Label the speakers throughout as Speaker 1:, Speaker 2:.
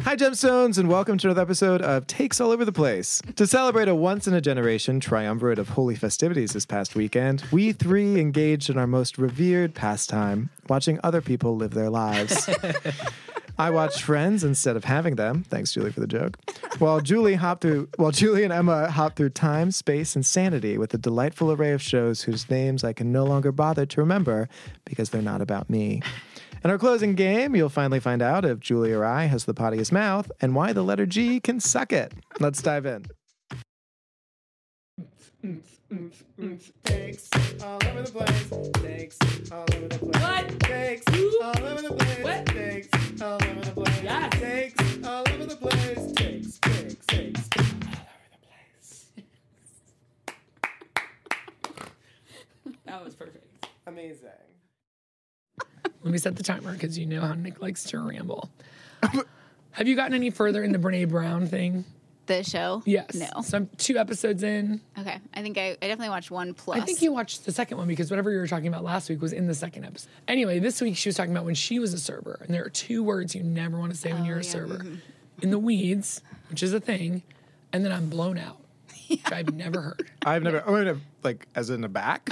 Speaker 1: Hi, Gemstones, and welcome to another episode of Takes All Over the Place. To celebrate a once in a generation triumvirate of holy festivities this past weekend, we three engaged in our most revered pastime, watching other people live their lives. I watched Friends instead of having them. Thanks, Julie, for the joke. While Julie hopped through, while Julie and Emma hopped through time, space, and sanity with a delightful array of shows whose names I can no longer bother to remember because they're not about me. In our closing game, you'll finally find out if Julie or I has the pottiest mouth and why the letter G can suck it. Let's dive in. Thanks all over the place. Thanks all over the place.
Speaker 2: What?
Speaker 1: Thanks all over the place.
Speaker 2: What?
Speaker 1: Thanks all over the place.
Speaker 2: Yes.
Speaker 1: Thanks all over the place. Thanks, thanks, thanks.
Speaker 2: That was perfect.
Speaker 1: Amazing.
Speaker 3: Let me set the timer because you know how Nick likes to ramble. Have you gotten any further in the Brene Brown thing?
Speaker 4: The show?
Speaker 3: Yes.
Speaker 4: No.
Speaker 3: So I'm two episodes in.
Speaker 4: Okay. I think I, I definitely watched one plus.
Speaker 3: I think you watched the second one because whatever you were talking about last week was in the second episode. Anyway, this week she was talking about when she was a server, and there are two words you never want to say when you're a server in the weeds, which is a thing, and then I'm blown out, which I've never heard.
Speaker 1: I've never, I mean, I've- like, as in a back,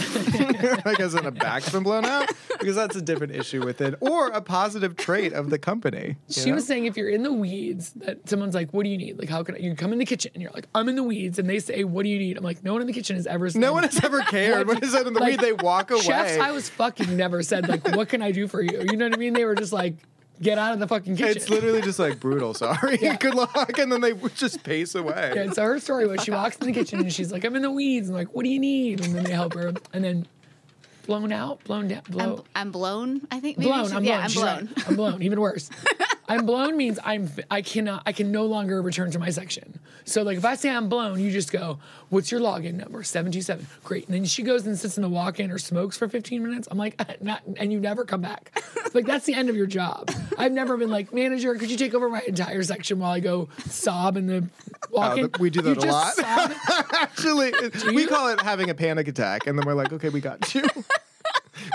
Speaker 1: like, as in a back's been blown out, because that's a different issue with it, or a positive trait of the company. you
Speaker 3: She
Speaker 1: know?
Speaker 3: was saying if you're in the weeds, that someone's like, "What do you need? Like, how can I?" You come in the kitchen and you're like, "I'm in the weeds," and they say, "What do you need?" I'm like, "No one in the kitchen has ever." Said
Speaker 1: No one has ever cared. When is that in the weed?
Speaker 3: Like,
Speaker 1: They walk away.
Speaker 3: Chefs, I was fucking never said like, "What can I do for you?" You know what I mean? They were just like, "Get out of the fucking kitchen."
Speaker 1: It's literally just like brutal. Sorry, good luck, and then they would just pace away.
Speaker 3: And so her story was she walks in the kitchen and she's like, "I'm in the weeds." And like, "What do you need?" And then they help her, and then blown out, blown down,
Speaker 4: I'm,
Speaker 3: blow,
Speaker 4: I'm blown, I think. Maybe
Speaker 3: blown.
Speaker 4: she-
Speaker 3: I'm blown.
Speaker 4: yeah,
Speaker 3: She's
Speaker 4: I'm blown.
Speaker 3: right. I'm blown. Even worse. I'm blown means I'm I cannot I can no longer return to my section. So like if I say I'm blown, you just go, "What's your login number?" Seven two seven. Great. And then she goes and sits in the walk-in or smokes for 15 minutes. I'm like, not, and you never come back. like that's the end of your job. I've never been like manager. Could you take over my entire section while I go sob in the walk-in?
Speaker 1: that- Oh, we do that
Speaker 3: You
Speaker 1: a
Speaker 3: just
Speaker 1: lot.
Speaker 3: sob in-
Speaker 1: Actually, it- we call it having a panic attack, and then we're like, okay, we got you.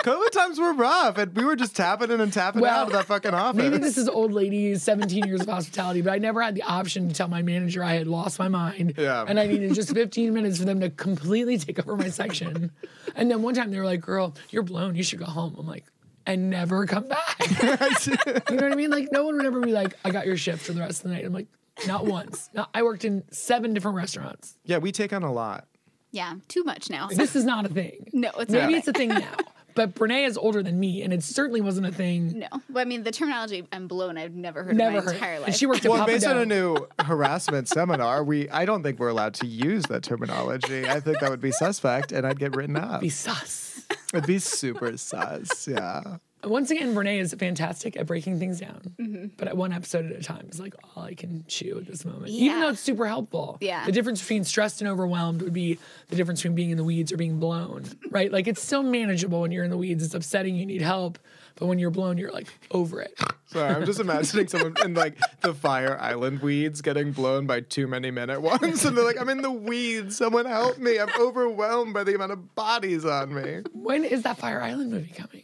Speaker 1: COVID times were rough, and we were just tapping in and tapping
Speaker 3: Well,
Speaker 1: out of that fucking office.
Speaker 3: Maybe this is old lady, 17 years of hospitality, but I never had the option to tell my manager I had lost my mind.
Speaker 1: Yeah.
Speaker 3: And I needed just 15 minutes for them to completely take over my section. And then one time they were like, girl, you're blown. You should go home. I'm like, and never come back. you know what I mean? Like, no one would ever be like, I got your shift for the rest of the night. I'm like, not once. Not, I worked in seven different restaurants.
Speaker 1: yeah, we take on a lot.
Speaker 4: Yeah, too much now.
Speaker 3: This is not a thing.
Speaker 4: No, it's
Speaker 3: Maybe
Speaker 4: not.
Speaker 3: it's a thing now. But Brene is older than me, and it certainly wasn't a thing.
Speaker 4: No. But I mean, the terminology I'm blown, I've never heard
Speaker 3: Never
Speaker 4: in my
Speaker 3: heard.
Speaker 4: entire life.
Speaker 3: And she worked at
Speaker 1: Well,
Speaker 3: Papa
Speaker 1: based on
Speaker 3: Do's.
Speaker 1: a new harassment seminar, we I don't think we're allowed to use that terminology. I think that would be suspect, and I'd get written up.
Speaker 3: be sus.
Speaker 1: It'd be super sus. Yeah.
Speaker 3: Once again, Renee is fantastic at breaking things down,
Speaker 4: Mm-hmm.
Speaker 3: but at one episode at a time is like all I can chew at this moment. Even
Speaker 4: Yeah.
Speaker 3: though it's super helpful.
Speaker 4: Yeah.
Speaker 3: The difference between stressed and overwhelmed would be the difference between being in the weeds or being blown, right? Like it's still manageable when you're in the weeds. It's upsetting. You need help. But when you're blown, you're like over it.
Speaker 1: Sorry, I'm just imagining someone in like the Fire Island weeds getting blown by too many men at once, and they're like, "I'm in the weeds. Someone help me! I'm overwhelmed by the amount of bodies on me."
Speaker 3: When is that Fire Island movie coming?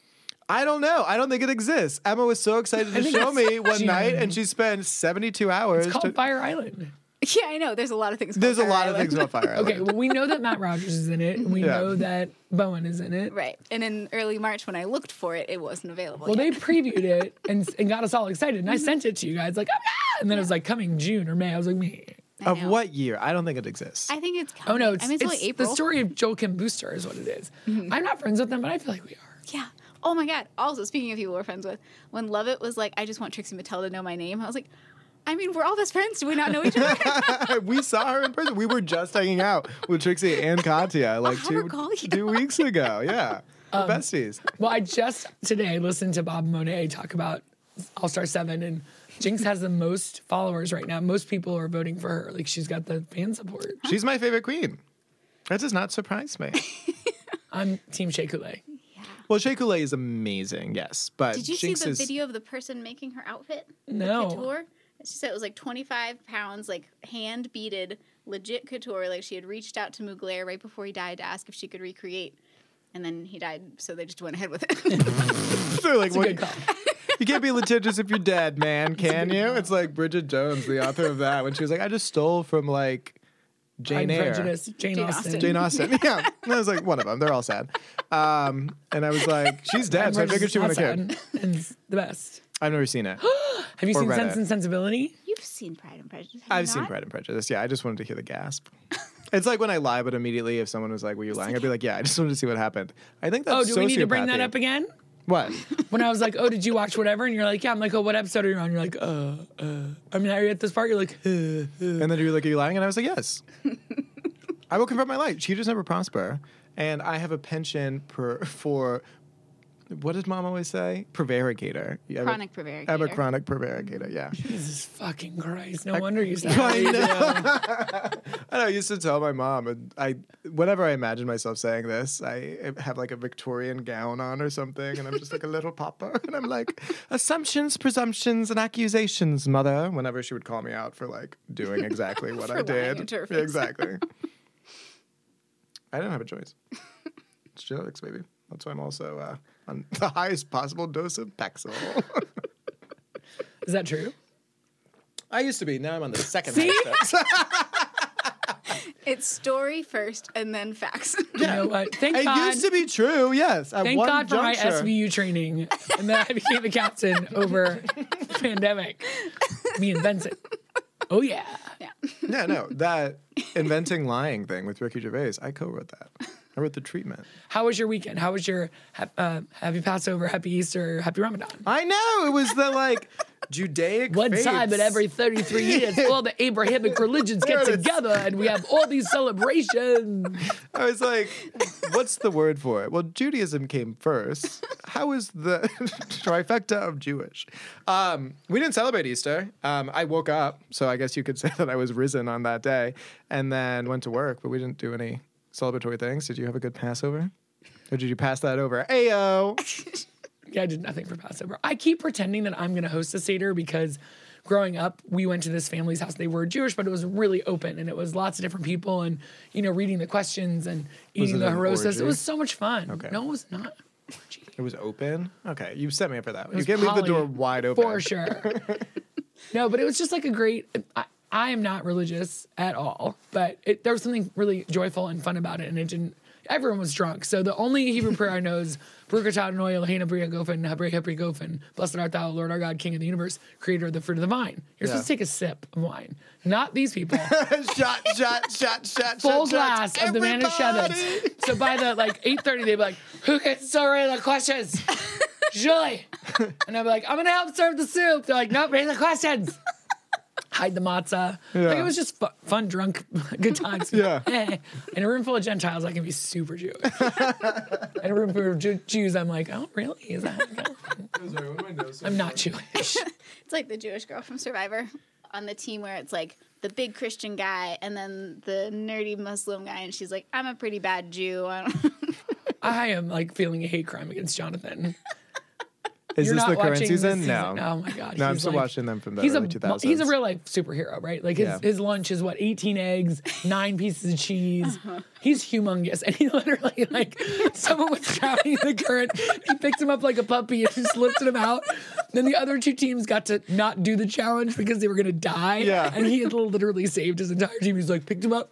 Speaker 1: I don't know. I don't think it exists. Emma was so excited to
Speaker 3: think
Speaker 1: show
Speaker 3: it's-
Speaker 1: me one
Speaker 3: Gina.
Speaker 1: night, and she spent 72 hours.
Speaker 3: It's called
Speaker 1: to-
Speaker 3: Fire Island.
Speaker 4: yeah, I know. There's a lot of things.
Speaker 1: There's a
Speaker 4: called
Speaker 1: lot of
Speaker 4: Ireland.
Speaker 1: things about Fire Island.
Speaker 3: Okay, well, we know that Matt Rogers is in it, and we
Speaker 1: Yeah.
Speaker 3: know that Bowen is in it.
Speaker 4: Right. And in early March, when I looked for it, it wasn't available.
Speaker 3: Well,
Speaker 4: yet.
Speaker 3: they previewed it and, and got us all excited, and I sent it to you guys, like, "Ah!" and then it was like coming June or May. I was like, meh.
Speaker 4: I
Speaker 1: Of
Speaker 4: know.
Speaker 1: what year? I don't think it exists.
Speaker 4: I think it's.
Speaker 3: Oh
Speaker 4: Coming.
Speaker 3: no, it's,
Speaker 4: I mean, it's, only
Speaker 3: it's
Speaker 4: April. Mm-hmm.
Speaker 3: the story of Joel Kim Booster is what it is. I'm not friends with them, but I feel like we are.
Speaker 4: Yeah. Oh my God. Also, speaking of people we're friends with, when Lovett was like, I just want Trixie Mattel to know my name, I was like, I mean, we're all best friends. Do we not know each other?
Speaker 1: we saw her in person. We were just hanging out with Trixie and Katya like
Speaker 4: have her
Speaker 1: two,
Speaker 4: call you.
Speaker 1: two weeks ago. Yeah.
Speaker 4: Um,
Speaker 1: We're besties.
Speaker 3: Well, I just today listened to Bob Monet talk about All Star Seven, and Jinx has the most followers right now. Most people are voting for her. Like she's got the fan support.
Speaker 1: She's my favorite queen. That does not surprise me.
Speaker 3: I'm Team Shea Coulee.
Speaker 1: Well, Shea Coulee is amazing, yes, but
Speaker 4: Did you
Speaker 1: Jinx
Speaker 4: see the
Speaker 1: is,
Speaker 4: video of the person making her outfit?
Speaker 3: No.
Speaker 4: The couture? She said it was like 25 pounds, like hand beaded, legit couture. Like she had reached out to Mugler right before he died to ask if she could recreate. And then he died, so they just went ahead with it.
Speaker 1: They're like,
Speaker 3: It's a
Speaker 1: what-
Speaker 3: good call.
Speaker 1: You can't be litigious if you're dead, man, can you? It's like Bridget Jones, the author of that, when she was like, I just stole from like Jane
Speaker 3: I'm
Speaker 1: Eyre.
Speaker 3: prejudiced. Jane,
Speaker 4: Jane
Speaker 3: Austen.
Speaker 4: Austen.
Speaker 1: Jane Austen. Yeah. And I was like, one of them. They're all sad. Um, and I was like, she's dead, so I figured she would have cared.
Speaker 3: Outside And it's the best.
Speaker 1: I've never seen it.
Speaker 3: Have you
Speaker 1: Or
Speaker 3: seen
Speaker 1: read
Speaker 3: Sense
Speaker 1: it.
Speaker 3: and Sensibility?
Speaker 4: You've seen Pride and Prejudice. have you
Speaker 1: I've seen
Speaker 4: not?
Speaker 1: Pride and Prejudice. Yeah, I just wanted to hear the gasp. It's like when I lie, but immediately if someone was like, "Were you lying?" I'd be like, "Yeah, I just wanted to see what happened." I think that's
Speaker 3: Oh, do we need to bring that
Speaker 1: sociopathy.
Speaker 3: up again?
Speaker 1: What?
Speaker 3: When I was like, "Oh, did you watch whatever?" and you're like, "Yeah," I'm like, "Oh, what episode are you on?" You're like, "Uh, uh." I mean, are you at this part? You're like, "Uh."
Speaker 1: And then you're like, "Are you lying?" And I was like, "Yes." I will confront my light. Cheaters never prosper, and I have a penchant per, for what did Mom always say? Prevaricator. You have a-
Speaker 4: Chronic Prevaricator.
Speaker 1: I have a chronic prevaricator. Yeah.
Speaker 3: Jesus fucking Christ! No wonder you said.
Speaker 1: I know. I know. I used to tell my mom, and I, whenever I imagine myself saying this, I have like a Victorian gown on or something, and I'm just like a little popper, and I'm like, assumptions, presumptions, and accusations, mother. Whenever she would call me out for like doing exactly what I
Speaker 4: For lying
Speaker 1: did,
Speaker 4: into her
Speaker 1: Yeah,
Speaker 4: face.
Speaker 1: exactly. I didn't have a choice. It's genetics, baby. That's why I'm also uh, on the highest possible dose of Paxil.
Speaker 3: Is that true?
Speaker 1: I used to be. Now I'm on the second highest dose.
Speaker 4: It's story first and then facts.
Speaker 3: You know what? Thank
Speaker 1: It
Speaker 3: God.
Speaker 1: used to be true, yes. At
Speaker 3: Thank
Speaker 1: one
Speaker 3: God for
Speaker 1: juncture.
Speaker 3: my SVU training, and then I became a captain over the pandemic. Me and Vincent. Oh yeah.
Speaker 1: Yeah, no, that inventing lying thing with Ricky Gervais, I co-wrote that. I wrote the treatment.
Speaker 3: How was your weekend? How was your ha- uh, happy Passover, happy Easter, happy Ramadan?
Speaker 1: I know it was the like Judaic.
Speaker 3: One time
Speaker 1: faiths.
Speaker 3: in every 33 years, all the Abrahamic religions
Speaker 1: There
Speaker 3: get
Speaker 1: it is.
Speaker 3: together and we have all these celebrations.
Speaker 1: I was like, what's the word for it? Well, Judaism came first. How is the trifecta of Jewish? Um, we didn't celebrate Easter. Um, I woke up, so I guess you could say that I was risen on that day, and then went to work, but we didn't do any celebratory things. Did you have a good Passover? Or did you pass that over? Ayo.
Speaker 3: Yeah, I did nothing for Passover. I keep pretending that I'm going to host a Seder because growing up, we went to this family's house. They were Jewish, but it was really open and it was lots of different people and, you know, reading the questions and eating
Speaker 1: it
Speaker 3: the
Speaker 1: an
Speaker 3: herosas.
Speaker 1: orgy?
Speaker 3: It was so much fun.
Speaker 1: Okay.
Speaker 3: No, it was not.
Speaker 1: It was open. Okay, you set me up for that. one. You
Speaker 3: was
Speaker 1: can't leave the
Speaker 3: poly,
Speaker 1: door wide open.
Speaker 3: For sure. no, but it was just like a great. I, I am not religious at all, but it, there was something really joyful and fun about it, and it didn't. Everyone was drunk, so the only Hebrew prayer I know is Brukatah Noy Elahina Bria Gofen Habre Hebri Gofen. Blessed art thou, Lord our God, King of the universe, creator of the fruit of the vine. You're
Speaker 1: Yeah.
Speaker 3: supposed to take a sip of wine, not these people.
Speaker 1: shot, shot, shot, shot,
Speaker 3: Full
Speaker 1: shot,
Speaker 3: glass
Speaker 1: shot.
Speaker 3: of the man of
Speaker 1: Everybody!
Speaker 3: Shevitz. So by the like 8:30, they'd be like, "Who can serve the questions?" Julie. And I'd be like, "I'm gonna help serve the soup." They're like, "Nope, raise the questions." Hide the matzah. Like
Speaker 1: Yeah.
Speaker 3: it was just fu- fun, drunk, good times.
Speaker 1: Yeah.
Speaker 3: Eh. In a room full of Gentiles, I can be super Jewish. In a room full of Ju- Jews, I'm like, oh, really? Is that? I'm not Jewish.
Speaker 4: It's like the Jewish girl from Survivor on the team where it's like the big Christian guy and then the nerdy Muslim guy, and she's like, "I'm a pretty bad Jew." I don't
Speaker 3: I am like feeling a hate crime against Jonathan.
Speaker 1: Is
Speaker 3: You're
Speaker 1: this
Speaker 3: not
Speaker 1: the current
Speaker 3: watching
Speaker 1: season?
Speaker 3: this
Speaker 1: No.
Speaker 3: Oh my god.
Speaker 1: No, I'm
Speaker 3: he's
Speaker 1: still
Speaker 3: like-
Speaker 1: watching them from the
Speaker 3: He's a
Speaker 1: early 2000s.
Speaker 3: he's a real life superhero, right? Like his,
Speaker 1: Yeah.
Speaker 3: his lunch is what 18 eggs, nine pieces of cheese. He's humongous, and he literally like someone was drowning in the current. He picked him up like a puppy and just lifted him out. Then the other two teams got to not do the challenge because they were gonna die.
Speaker 1: Yeah.
Speaker 3: and he had literally saved his entire team. He's like picked him up.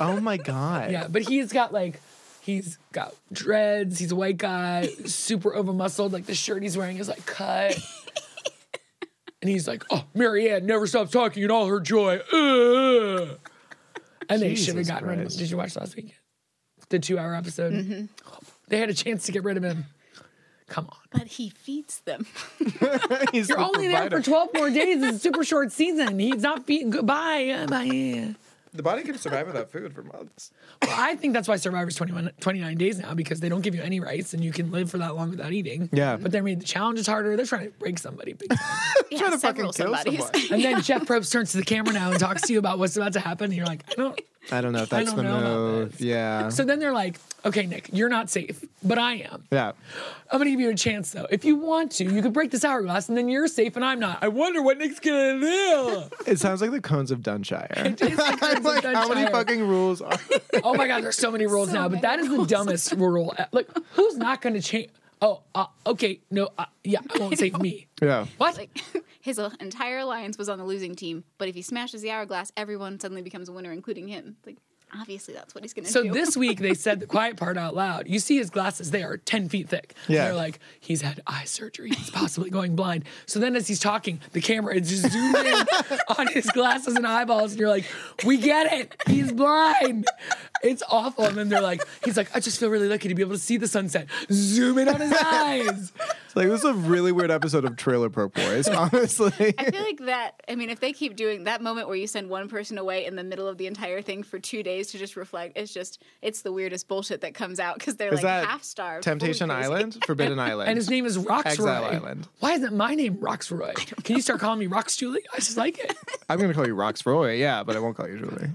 Speaker 1: Oh my god.
Speaker 3: Yeah, but he's got like he's got dreads. He's a white guy, super over muscled. Like the shirt he's wearing is like cut. and he's like, "Oh, Marianne never stops talking in all her joy." Ugh." And they should have
Speaker 1: Jesus
Speaker 3: gotten rid of him.
Speaker 1: Christ. Mm-hmm.
Speaker 3: Did you watch last week? The two-hour episode. They had a chance to get rid of him. Come on.
Speaker 4: but he feeds them.
Speaker 1: He's
Speaker 3: You're
Speaker 1: the
Speaker 3: only
Speaker 1: provider.
Speaker 3: there for 12 more days. It's a super short season. He's not being goodbye. Uh, Bye.
Speaker 1: The body can survive without food for months.
Speaker 3: Well, I think that's why Survivor's 21, 29 days now because they don't give you any rights and you can live for that long without eating.
Speaker 1: Yeah.
Speaker 3: But they made the challenges harder. They're trying to break somebody. big time.
Speaker 4: yeah,
Speaker 1: Trying to
Speaker 4: several
Speaker 1: fucking kill
Speaker 4: somebodies.
Speaker 1: somebody.
Speaker 3: and then Jeff Probst turns to the camera now and talks to you about what's about to happen. And you're like, I don't.
Speaker 1: I don't know if that's
Speaker 3: don't
Speaker 1: the
Speaker 3: know about
Speaker 1: move.
Speaker 3: this.
Speaker 1: Yeah.
Speaker 3: So then they're like, okay, Nick, you're not safe, but I am.
Speaker 1: yeah.
Speaker 3: I'm going to give you a chance though. If you want to, you could break this hourglass and then you're safe and I'm not. I wonder what Nick's going to do.
Speaker 1: It sounds like the cones of Dunshire.
Speaker 3: It's
Speaker 1: I'm like, how many
Speaker 3: Dunshire.
Speaker 1: fucking rules are
Speaker 3: Oh my God, there's so many rules now, but that is the dumbest rule. Like, who's not going to change? oh, uh, okay, no, uh, yeah, I won't say me.
Speaker 1: Yeah.
Speaker 3: What?
Speaker 4: Like his entire alliance was on the losing team, but if he smashes the hourglass, everyone suddenly becomes a winner, including him. Like obviously that's what he's gonna
Speaker 3: so
Speaker 4: do.
Speaker 3: this week they said the quiet part out loud. You see his glasses; they are ten feet thick.
Speaker 1: Yeah.
Speaker 3: They're like he's had eye surgery; he's possibly going blind. So then, as he's talking, the camera is just zoomed in on his glasses and eyeballs, and you're like, "We get it; he's blind." It's awful. And then they're like, "He's like, I just feel really lucky to be able to see the sunset." Zoom in on his eyes.
Speaker 1: It's like this is a really weird episode of Trailer Park Boys. Honestly,
Speaker 4: I feel like that. I mean, if they keep doing that moment where you send one person away in the middle of the entire thing for two days to just reflect, it's just it's the weirdest bullshit that comes out because they're
Speaker 1: is
Speaker 4: like
Speaker 1: that
Speaker 4: half starved.
Speaker 1: Temptation Island, Forbidden Island,
Speaker 3: And his name is Roxroy.
Speaker 1: Exile Island.
Speaker 3: Why isn't my name Roxroy? Can you start calling me Rox Julie? I just like it.
Speaker 1: I'm gonna call you Roxroy, yeah, but I won't call you Julie.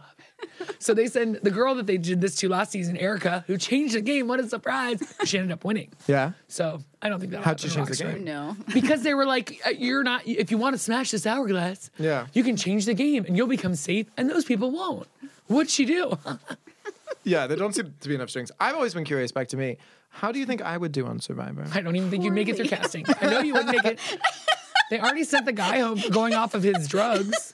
Speaker 3: So they send the girl that they did this to last season, Erica, who changed the game. What a surprise! She ended up winning.
Speaker 1: Yeah,
Speaker 3: So I don't think that
Speaker 1: How'd she
Speaker 3: happened
Speaker 1: change
Speaker 3: to
Speaker 1: the
Speaker 3: Roxroy.
Speaker 1: game?
Speaker 4: No,
Speaker 3: Because they were like, uh, "You're not. If you want to smash this hourglass,
Speaker 1: Yeah.
Speaker 3: you can change the game and you'll become safe, and those people won't." What'd she do?
Speaker 1: yeah. There don't seem to be enough strings. I've always been curious. Back to me, how do you think I would do on Survivor?
Speaker 3: I don't even think you'd make it through
Speaker 4: Poorly.
Speaker 3: casting. I know you wouldn't make it. They already sent the guy home for going off of his drugs.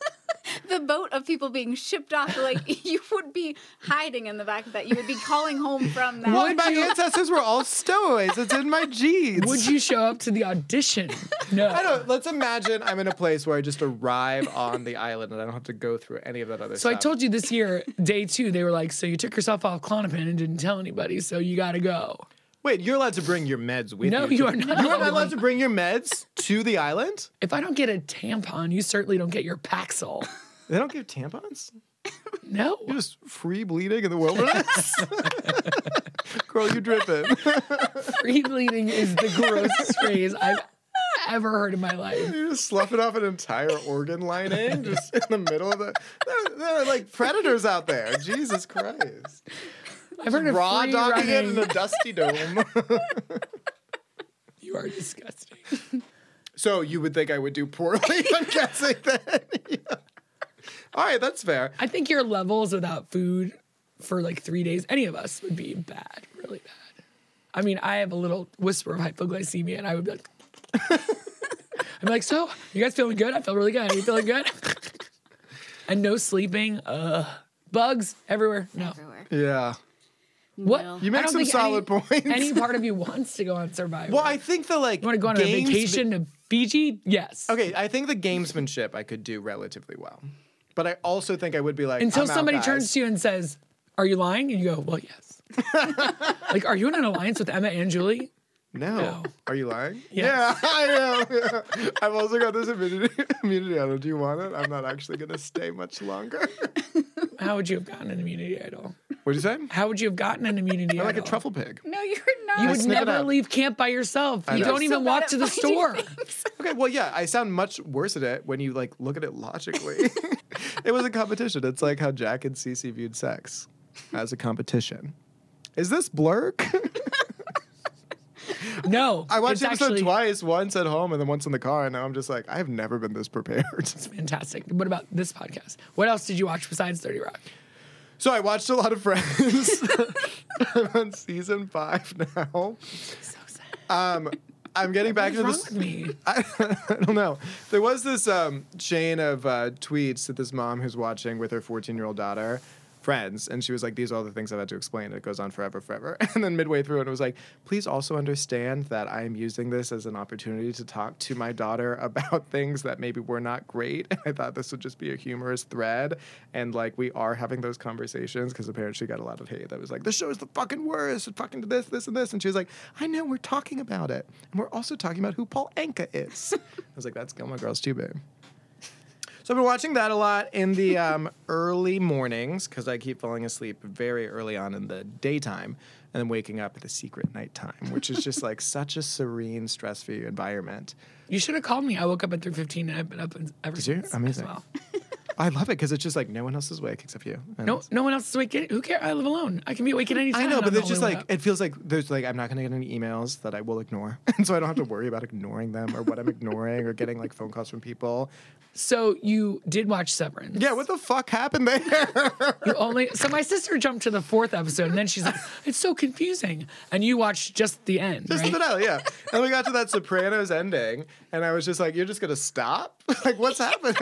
Speaker 4: the boat of people being shipped off. Like you would be hiding in the back of that. You would be calling home from that.
Speaker 1: Well, my ancestors were all stowaways. It's in my genes.
Speaker 3: Would you show up to the audition? No.
Speaker 1: I don't. Let's imagine I'm in a place where I just arrive on the island and I don't have to go through any of that other
Speaker 3: So
Speaker 1: stuff.
Speaker 3: I told you this year, day two, they were like, "So you took yourself off clonopin and didn't tell anybody, so you got to go."
Speaker 1: Wait, you're allowed to bring your meds with
Speaker 3: No,
Speaker 1: you.
Speaker 3: you are not.
Speaker 1: You're not allowed to bring your meds to the island.
Speaker 3: If I don't get a tampon, you certainly don't get your Paxil.
Speaker 1: They don't give tampons.
Speaker 3: No.
Speaker 1: Just free bleeding in the wilderness. Girl, you dripping.
Speaker 3: Free bleeding is the grossest phrase I've ever heard in my life.
Speaker 1: You're just sloughing off an entire organ lining just in the middle of the. There, there are like predators out there. Jesus Christ.
Speaker 3: I've heard of
Speaker 1: Raw
Speaker 3: free
Speaker 1: dogging it
Speaker 3: running.
Speaker 1: in a dusty dome.
Speaker 3: You are disgusting.
Speaker 1: So you would think I would do poorly, I'm guessing then. Yeah. All right, that's fair.
Speaker 3: I think your levels without food for like three days, any of us would be bad, really bad. I mean, I have a little whisper of hypoglycemia, and I would be like, I'm like, so you guys feeling good? I feel really good. Are you feeling good? and no sleeping. Uh, bugs everywhere. No.
Speaker 4: Everywhere.
Speaker 1: Yeah.
Speaker 3: What?
Speaker 4: You
Speaker 1: You
Speaker 3: I
Speaker 1: make
Speaker 3: don't
Speaker 1: some
Speaker 3: think any-
Speaker 1: solid points.
Speaker 3: Any part of you wants to go on Survivor.
Speaker 1: well, I think the like.
Speaker 3: you want to go on a
Speaker 1: games-
Speaker 3: vacation to Fiji? Yes.
Speaker 1: Okay, I think the gamesmanship I could do relatively well, but I also think I would be like
Speaker 3: Until
Speaker 1: "I'm out,
Speaker 3: somebody
Speaker 1: guys."
Speaker 3: turns to you and says, Are you lying? And you go, Well, yes. like, are you in an alliance with Emma and Julie?
Speaker 1: No.
Speaker 3: No.
Speaker 1: Are you lying?
Speaker 3: Yes.
Speaker 1: Yeah, I am. I've also got this immunity. immunity idol. Do you want it? I'm not actually going to stay much longer.
Speaker 3: How would you have gotten an immunity idol?
Speaker 1: What'd you say?
Speaker 3: How would you have gotten an immunity
Speaker 1: I'm like a
Speaker 3: idol?
Speaker 1: truffle pig.
Speaker 4: No, you're not.
Speaker 3: You
Speaker 1: I
Speaker 3: would
Speaker 1: sniff it
Speaker 3: never
Speaker 1: out.
Speaker 3: leave camp by yourself. You
Speaker 1: know.
Speaker 3: don't
Speaker 1: I'm
Speaker 3: even
Speaker 4: so bad
Speaker 3: walk
Speaker 4: at
Speaker 3: to the
Speaker 4: finding
Speaker 3: store.
Speaker 1: Okay, well, yeah, I sound much worse at it when you like look at it logically. it was a competition. It's like how Jack and Cece viewed sex as a competition. Is this blurk?
Speaker 3: No.
Speaker 1: I watched
Speaker 3: it's
Speaker 1: the episode
Speaker 3: actually
Speaker 1: twice, once at home and then once in the car, and now I'm just like, I have never been this prepared.
Speaker 3: Fantastic. What about this podcast? What else did you watch besides 30 Rock?
Speaker 1: so I watched a lot of Friends. I'm on season five now.
Speaker 3: So sad.
Speaker 1: Um, I'm getting back
Speaker 3: What's
Speaker 1: into
Speaker 3: wrong
Speaker 1: this.
Speaker 3: with me?
Speaker 1: I, I don't know. There was this um, chain of uh, tweets that this mom who's watching with her 14 year old daughter, friends, and she was like, These are all the things I've had to explain. And it goes on forever, forever. And then midway through, it was like, Please also understand that I am using this as an opportunity to talk to my daughter about things that maybe were not great. And I thought this would just be a humorous thread. And like, we are having those conversations because apparently she got a lot of hate that was like, The show is the fucking worst. It's fucking this, this, and this. And she was like, I know we're talking about it. And we're also talking about who Paul Anka is. I was like, That's Gilmore Girls too, babe. So I've been watching that a lot in the um, early mornings because I keep falling asleep very early on in the daytime and then waking up at the secret nighttime, which is just like such a serene, stress-free environment.
Speaker 3: You should have called me. I woke up at 3.15 and I've been up and- ever
Speaker 1: you?
Speaker 3: since. as
Speaker 1: Amazing.
Speaker 3: well.
Speaker 1: I love it because it's just like no one else's awake except you. And
Speaker 3: No, no one else is awake. Who cares? I live alone. I can be awake at any time.
Speaker 1: I know,
Speaker 3: I'm
Speaker 1: but
Speaker 3: the
Speaker 1: it's just
Speaker 3: only
Speaker 1: like
Speaker 3: one up.
Speaker 1: it feels like there's like I'm not gonna get any emails that I will ignore, and so I don't have to worry about ignoring them or what I'm ignoring or getting like phone calls from people.
Speaker 3: so you did watch Severance.
Speaker 1: Yeah, what the fuck happened there?
Speaker 3: You only so my sister jumped to the fourth episode and then she's like, "It's so confusing." And you watched just the end,
Speaker 1: Just
Speaker 3: right?
Speaker 1: the finale, yeah. And we got to that Sopranos ending, and I was just like, "You're just gonna stop? like, what's happening?"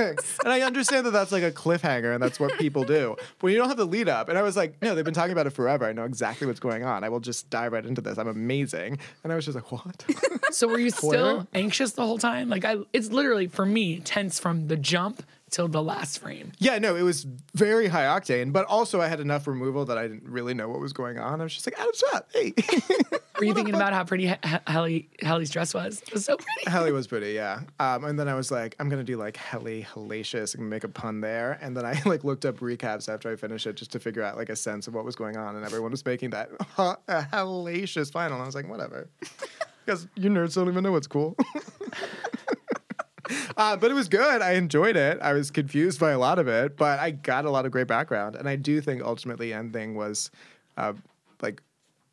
Speaker 1: And I understand that that's like a cliffhanger, and that's what people do. But you don't have the lead up. And I was like, "No, they've been talking about it forever. I know exactly what's going on. I will just dive right into this. I'm amazing." And I was just like, "What?"
Speaker 3: So were you
Speaker 1: Spoiler.
Speaker 3: still anxious the whole time? Like I it's literally for me tense from the jump till the last frame.
Speaker 1: yeah, no, it was very high octane, but also I had enough removal that I didn't really know what was going on. I was just like, "Adam Scott, hey."
Speaker 3: Were you thinking about how pretty H- H- Hallie Hallie's dress was? It was so pretty.
Speaker 1: Helly was pretty, yeah. Um, and then I was like, I'm gonna do like helly hellacious and make a pun there. And then I like looked up recaps after I finished it just to figure out like a sense of what was going on. And everyone was making that uh, hellacious final. And I was like, whatever, because you nerds don't even know what's cool. Uh, but it was good. I enjoyed it. I was confused by a lot of it, but I got a lot of great background. And I do think ultimately Ending was uh, like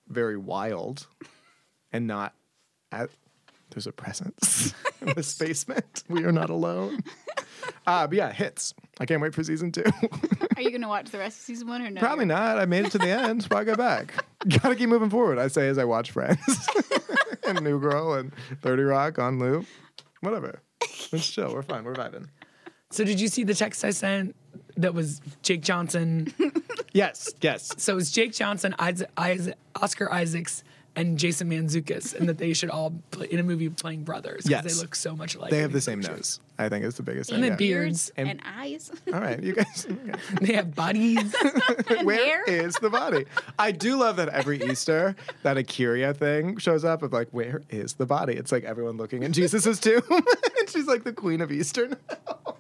Speaker 1: very wild and not at there's a presence in this basement. We are not alone. Uh, but yeah, hits. I can't wait for season two.
Speaker 4: Are you going to watch the rest of season one or no?
Speaker 1: Probably not. I made it to the end. Why go back? Gotta keep moving forward, I say as I watch Friends and New Girl and 30 Rock on loop. Whatever. It's chill. We're fine. We're vibing.
Speaker 3: So did you see the text I sent that was Jake Johnson?
Speaker 1: Yes, yes.
Speaker 3: So it was Jake Johnson, Isaac, Isaac, Oscar Isaacs, and Jason Manzukis, and that they should all play in a movie playing brothers because
Speaker 1: Yes.
Speaker 3: they look so much alike.
Speaker 1: They
Speaker 3: in
Speaker 1: have the
Speaker 3: these
Speaker 1: same nose.
Speaker 3: pictures.
Speaker 1: I think it's the biggest
Speaker 3: And
Speaker 1: thing.
Speaker 3: the
Speaker 4: Beards
Speaker 3: Beards
Speaker 4: and,
Speaker 1: and-
Speaker 4: eyes
Speaker 1: All right, you guys. okay.
Speaker 3: They have bodies.
Speaker 4: and
Speaker 1: Where
Speaker 4: hair.
Speaker 1: is the body? I do love that every Easter that Akiria thing shows up of like, where is the body? It's like everyone looking in Jesus's tomb, and she's like the queen of Easter. now.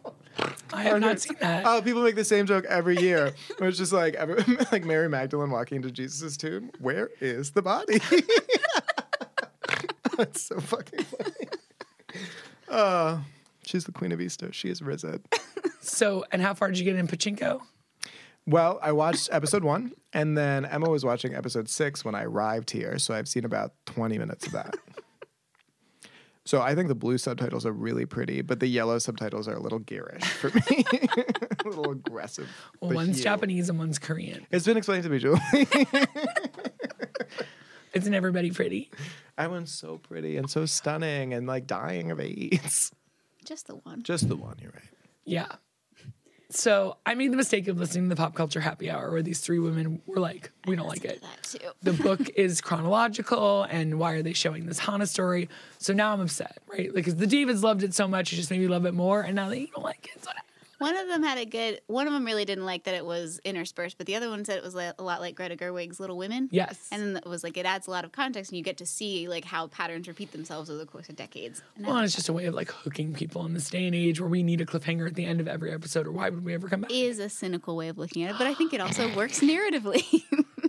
Speaker 3: I have not seen that.
Speaker 1: Oh, people make the same joke every year. where It's just like every, like Mary Magdalene walking into Jesus's tomb. Where is the body? That's so fucking funny. Uh, she's the queen of Easter. She is risen.
Speaker 3: So, and how far did you get in Pachinko?
Speaker 1: Well, I watched episode one, and then Emma was watching episode six when I arrived here, so I've seen about 20 minutes of that. so I think the blue subtitles are really pretty, but the yellow subtitles are a little garish for me, a little aggressive.
Speaker 3: Well,
Speaker 1: The
Speaker 3: one's
Speaker 1: hue.
Speaker 3: Japanese and one's Korean.
Speaker 1: It's been explained to me, Julie.
Speaker 3: Isn't everybody pretty?
Speaker 1: Everyone's so pretty and so stunning and like dying of AIDS.
Speaker 4: Just the one.
Speaker 1: Just the one, you're right.
Speaker 3: Yeah. So I made the mistake of listening to the pop culture happy hour where these three women were like, we don't like
Speaker 4: Listen to
Speaker 3: it.
Speaker 4: That too.
Speaker 3: The book is chronological and why are they showing this Hana story? So now I'm upset, right? Like, 'cause the Davids loved it so much, it just made me love it more. And now they don't like it. So
Speaker 4: One of them had a good. One of them really didn't like that it was interspersed, but the other one said it was li- a lot like Greta Gerwig's Little Women.
Speaker 3: Yes.
Speaker 4: And then it was like it adds a lot of context, and you get to see like how patterns repeat themselves over the course of decades. And I
Speaker 3: well, it's just a way of like hooking people in this day and age where we need a cliffhanger at the end of every episode, or why would we ever come back?
Speaker 4: is a cynical way of looking at it, but I think it also works narratively.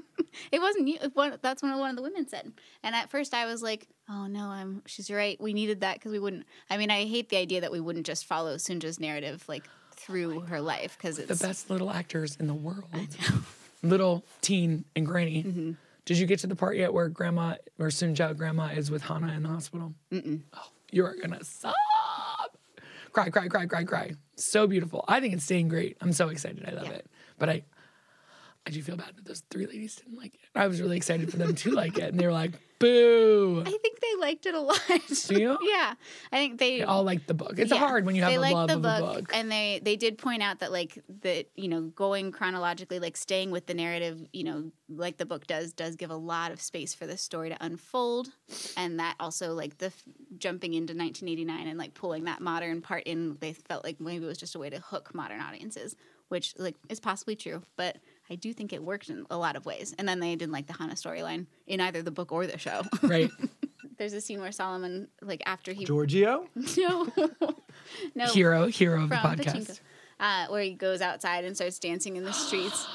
Speaker 4: it wasn't you. One, that's what one of the women said, and at first I was like, "Oh no, I'm." She's right. We needed that because we wouldn't. I mean, I hate the idea that we wouldn't just follow Sunja's narrative like through her life because
Speaker 3: the
Speaker 4: it's
Speaker 3: best little actors in the world. little teen and granny.
Speaker 4: Mm-hmm.
Speaker 3: Did you get to the part yet where grandma or Sunja grandma is with Hana in the hospital? Mm-mm. Oh, you are gonna sob. Cry, cry, cry, cry, cry. So beautiful. I think it's staying great. I'm so excited. I love
Speaker 4: Yeah.
Speaker 3: it. But I I do feel bad that those three ladies didn't like it. I was really excited for them to like it. And they were like, boo.
Speaker 4: I think they liked it a lot.
Speaker 3: Do you?
Speaker 4: yeah, I think they.
Speaker 3: They all like the book. It's
Speaker 4: yeah.
Speaker 3: hard when you have
Speaker 4: they
Speaker 3: a
Speaker 4: liked
Speaker 3: love
Speaker 4: the
Speaker 3: of
Speaker 4: book,
Speaker 3: a book.
Speaker 4: and they they did point out that like that you know going chronologically, like staying with the narrative, you know, like the book does, does give a lot of space for the story to unfold, and that also like the f- jumping into 1989 and like pulling that modern part in, they felt like maybe it was just a way to hook modern audiences, which like is possibly true, but. I do think it worked in a lot of ways, and then they didn't like the Hana storyline in either the book or the show.
Speaker 3: right.
Speaker 4: There's a scene where Solomon, like after he
Speaker 1: Giorgio?
Speaker 4: no, no,
Speaker 3: Hero, hero of the
Speaker 4: from
Speaker 3: podcast.
Speaker 4: Pachinko, uh, where he goes outside and starts dancing in the streets.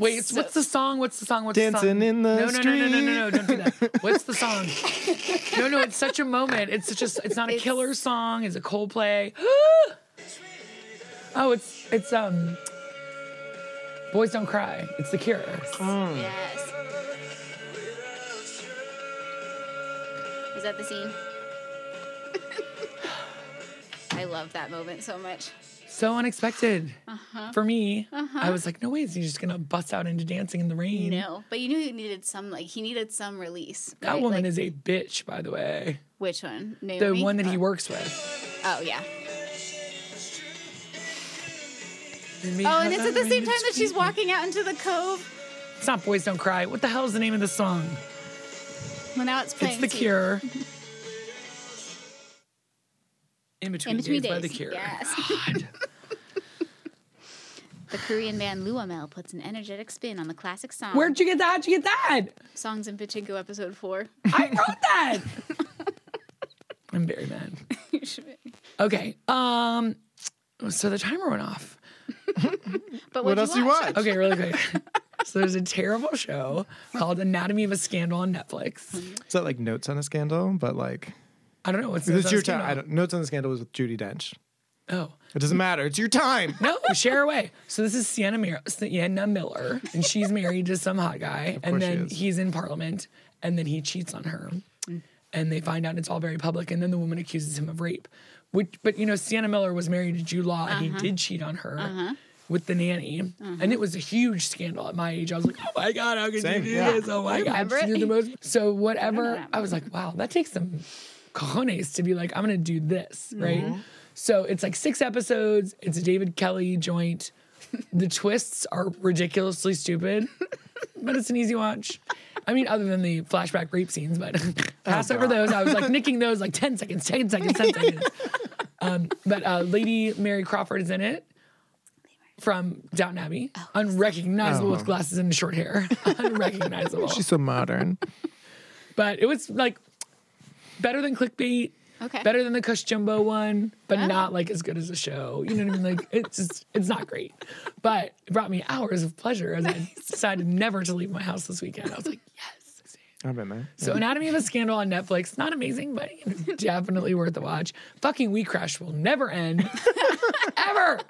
Speaker 3: Wait, it's,
Speaker 4: so-
Speaker 3: what's the song? What's the song? What's the
Speaker 1: Dancing
Speaker 3: song?
Speaker 1: in the
Speaker 3: no, no, No, no, no, no, no,
Speaker 1: street.
Speaker 3: don't do that. What's the song? no, no, it's such a moment. It's such a. It's not a
Speaker 4: It's-
Speaker 3: killer song. It's a Coldplay. Oh, it's it's um. Boys Don't Cry. It's The Cure.
Speaker 4: Yes. Is that the scene? I love that moment so much.
Speaker 3: So unexpected
Speaker 4: Uh-huh.
Speaker 3: for me. I was like, no way, is he just gonna bust out into dancing in the rain?
Speaker 4: No, but you knew he needed some like he needed some release.
Speaker 3: That
Speaker 4: right?
Speaker 3: woman
Speaker 4: Like,
Speaker 3: is a bitch, by the way.
Speaker 4: which one?
Speaker 3: The
Speaker 4: Naomi?
Speaker 3: one that he
Speaker 4: Oh.
Speaker 3: works with.
Speaker 4: Oh yeah.
Speaker 3: And
Speaker 4: Oh, and it's at the same time that she's walking out into the cove.
Speaker 3: It's not Boys Don't Cry. What the hell is the name of the song?
Speaker 4: Well, now it's playing.
Speaker 3: It's The
Speaker 4: too.
Speaker 3: Cure.
Speaker 2: In between,
Speaker 4: In between days.
Speaker 2: by the cure.
Speaker 4: Yes.
Speaker 3: God.
Speaker 4: the Korean band Luamel puts an energetic spin on the classic song.
Speaker 3: Where'd you get that? How'd you get that?
Speaker 4: Songs in Pachinko episode four.
Speaker 3: I wrote that. I'm very mad. Okay. Um. So the timer went off.
Speaker 1: What
Speaker 4: But what'd
Speaker 1: else do you watch?
Speaker 3: Okay, really quick. So there's a terrible show called Anatomy of a Scandal on Netflix.
Speaker 1: Is that like Notes on a Scandal? But like,
Speaker 3: I don't know what's
Speaker 1: it's your time. I don't, Notes on a Scandal was with Judy Dench.
Speaker 3: Oh.
Speaker 1: It doesn't matter. It's your time.
Speaker 3: No, share away. So this is Sienna, Mir- Sienna Miller, and she's married to some hot guy, and
Speaker 1: course she
Speaker 3: then
Speaker 1: is.
Speaker 3: he's in Parliament, and then he cheats on her, and they find out it's all very public, and then the woman accuses him of rape. Which, but you know, Sienna Miller was married to Jude Law, and he did cheat on her. With the nanny, and it was a huge scandal at my age. I was like, "Oh my god, how could
Speaker 1: Same,
Speaker 3: you do
Speaker 1: yeah.
Speaker 3: this? Oh my god,
Speaker 4: remember
Speaker 3: she
Speaker 4: it.
Speaker 3: did the most." So whatever,
Speaker 4: that
Speaker 3: I was like, "Wow, that takes some cojones to be like, I'm gonna do this,
Speaker 4: Mm-hmm.
Speaker 3: right? So it's like six episodes. It's a David Kelly joint. The twists are ridiculously stupid, but it's an easy watch. I mean, other than the flashback rape scenes, but pass
Speaker 4: Oh,
Speaker 3: over those. I was like nicking those like 10 seconds, 10 seconds, 10 seconds. Um, but uh, Lady Mary Crawford is in it from Downton Abbey,
Speaker 4: Oh,
Speaker 3: unrecognizable with glasses and short hair. unrecognizable.
Speaker 1: She's so modern.
Speaker 3: But it was like better than clickbait
Speaker 4: Okay.
Speaker 3: better than the Kush Jumbo one, but
Speaker 4: Oh.
Speaker 3: not like as good as the show. You know what I mean? Like it's just, it's not great, but it brought me hours of pleasure as I decided never to leave my house this weekend. I was like, yes.
Speaker 1: I've been there.
Speaker 3: So Anatomy of a Scandal on Netflix, not amazing, but you know, definitely worth a watch. Fucking We Crash will never end, ever.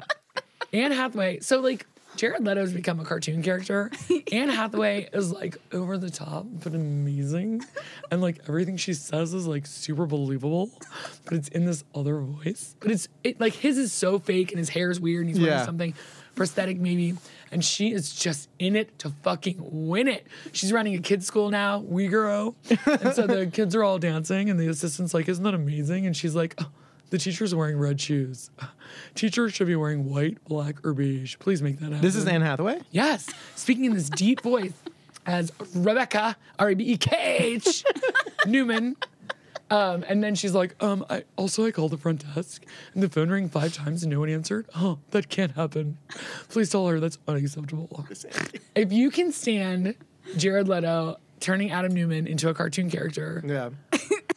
Speaker 3: Anne Hathaway. So like. Jared Leto's become a cartoon character. Anne Hathaway is like over the top, but amazing. And like everything she says is like super believable, but it's in this other voice. But it's it like his is so fake and his hair is weird and he's wearing
Speaker 1: Yeah.
Speaker 3: something prosthetic maybe. And she is just in it to fucking win it. She's running a kids' school now, Uyghuro. And so the kids are all dancing and the assistant's like, Isn't that amazing? And she's like, "Oh, the teacher's wearing red shoes. Teacher should be wearing white, black, or beige. Please make that happen.
Speaker 1: This is Anne Hathaway.
Speaker 3: Yes, speaking in this deep voice as Rebecca R E B E K H Newman. Um, and then she's like, um, I also I called the front desk and the phone rang five times and no one answered. Oh, that can't happen. Please tell her that's unacceptable. If you can stand Jared Leto turning Adam Newman into a cartoon character,
Speaker 1: Yeah.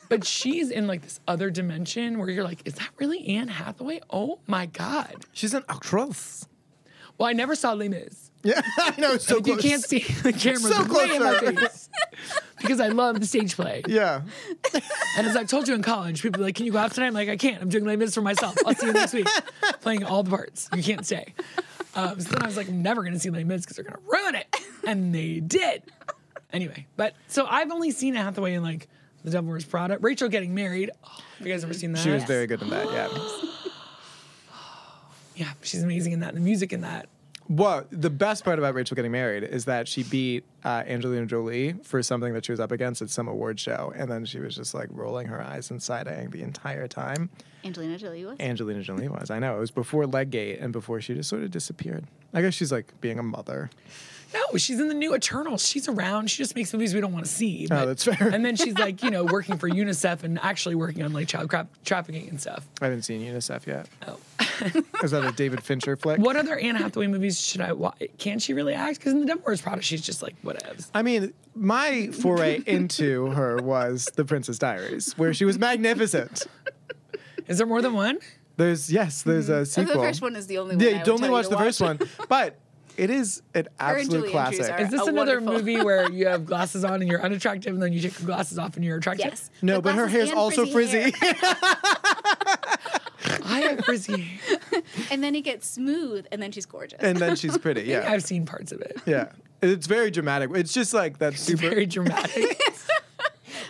Speaker 3: but she's in like this other dimension where you're like, is that really Anne Hathaway? Oh my God.
Speaker 1: She's an actress.
Speaker 3: Well, I never saw Les Mis.
Speaker 1: Yeah, I know. it's So
Speaker 3: Like, you
Speaker 1: close.
Speaker 3: can't see the camera
Speaker 1: So
Speaker 3: way in my
Speaker 1: close, sir.
Speaker 3: face because I love the stage play.
Speaker 1: Yeah.
Speaker 3: And as I told you in college, people are like, "Can you go out tonight?" I'm like, "I can't. I'm doing Les Mis for myself. I'll see you next week." Playing all the parts. You can't stay. Um, so then I was like, "I'm never going to see Les Mis because they're going to ruin it," and they did. Anyway, but so I've only seen Hathaway in like The Devil Wears Prada, Rachel getting married. Oh, have you guys ever seen that?
Speaker 1: She was very good in that. Yeah.
Speaker 3: Yeah, she's amazing in that. And the music in that.
Speaker 1: Well, the best part about Rachel getting married is that she beat uh, Angelina Jolie for something that she was up against at some award show, and then she was just like rolling her eyes and side eyeing the entire time.
Speaker 4: Angelina Jolie was.
Speaker 1: Angelina Jolie was. I know it was before Leggate and before she just sort of disappeared. I guess she's like being a mother.
Speaker 3: No, she's in the new Eternals. She's around. She just makes movies we don't want to see.
Speaker 1: Oh, that's fair.
Speaker 3: And then she's like, you know, working for UNICEF and actually working on like child crap trafficking and stuff.
Speaker 1: I haven't seen UNICEF yet.
Speaker 3: Oh.
Speaker 1: Is that a David Fincher flick?
Speaker 3: What other Anne Hathaway movies should I watch? Can she really act? Because in the Devil Wears Prada, she's just like whatevs.
Speaker 1: I mean, my foray into her was The Princess Diaries, where she was magnificent.
Speaker 3: Is there more than one?
Speaker 1: There's yes, there's a
Speaker 4: Oh,
Speaker 1: sequel.
Speaker 4: the first one is the only one.
Speaker 1: Yeah,
Speaker 4: I
Speaker 1: you
Speaker 4: would
Speaker 1: don't only
Speaker 4: tell you
Speaker 1: watch
Speaker 4: to
Speaker 1: the first one, but it is an
Speaker 4: and
Speaker 1: absolute
Speaker 4: Julie Andrews
Speaker 1: classic.
Speaker 4: are-
Speaker 3: Is this
Speaker 4: A
Speaker 3: another
Speaker 4: wonderful-
Speaker 3: movie where you have glasses on and you're unattractive, and then you take your glasses off and you're attractive?
Speaker 4: Yes.
Speaker 1: No,
Speaker 4: With
Speaker 1: but her
Speaker 4: glasses
Speaker 1: hair's
Speaker 4: and
Speaker 1: also
Speaker 4: hair.
Speaker 1: frizzy.
Speaker 3: I have frizzy. hair.
Speaker 4: and then it gets smooth, and then she's gorgeous.
Speaker 1: and then she's pretty. Yeah,
Speaker 3: I've seen parts of it.
Speaker 1: yeah. It's very dramatic. It's just like that
Speaker 3: It's
Speaker 1: super.
Speaker 3: very dramatic.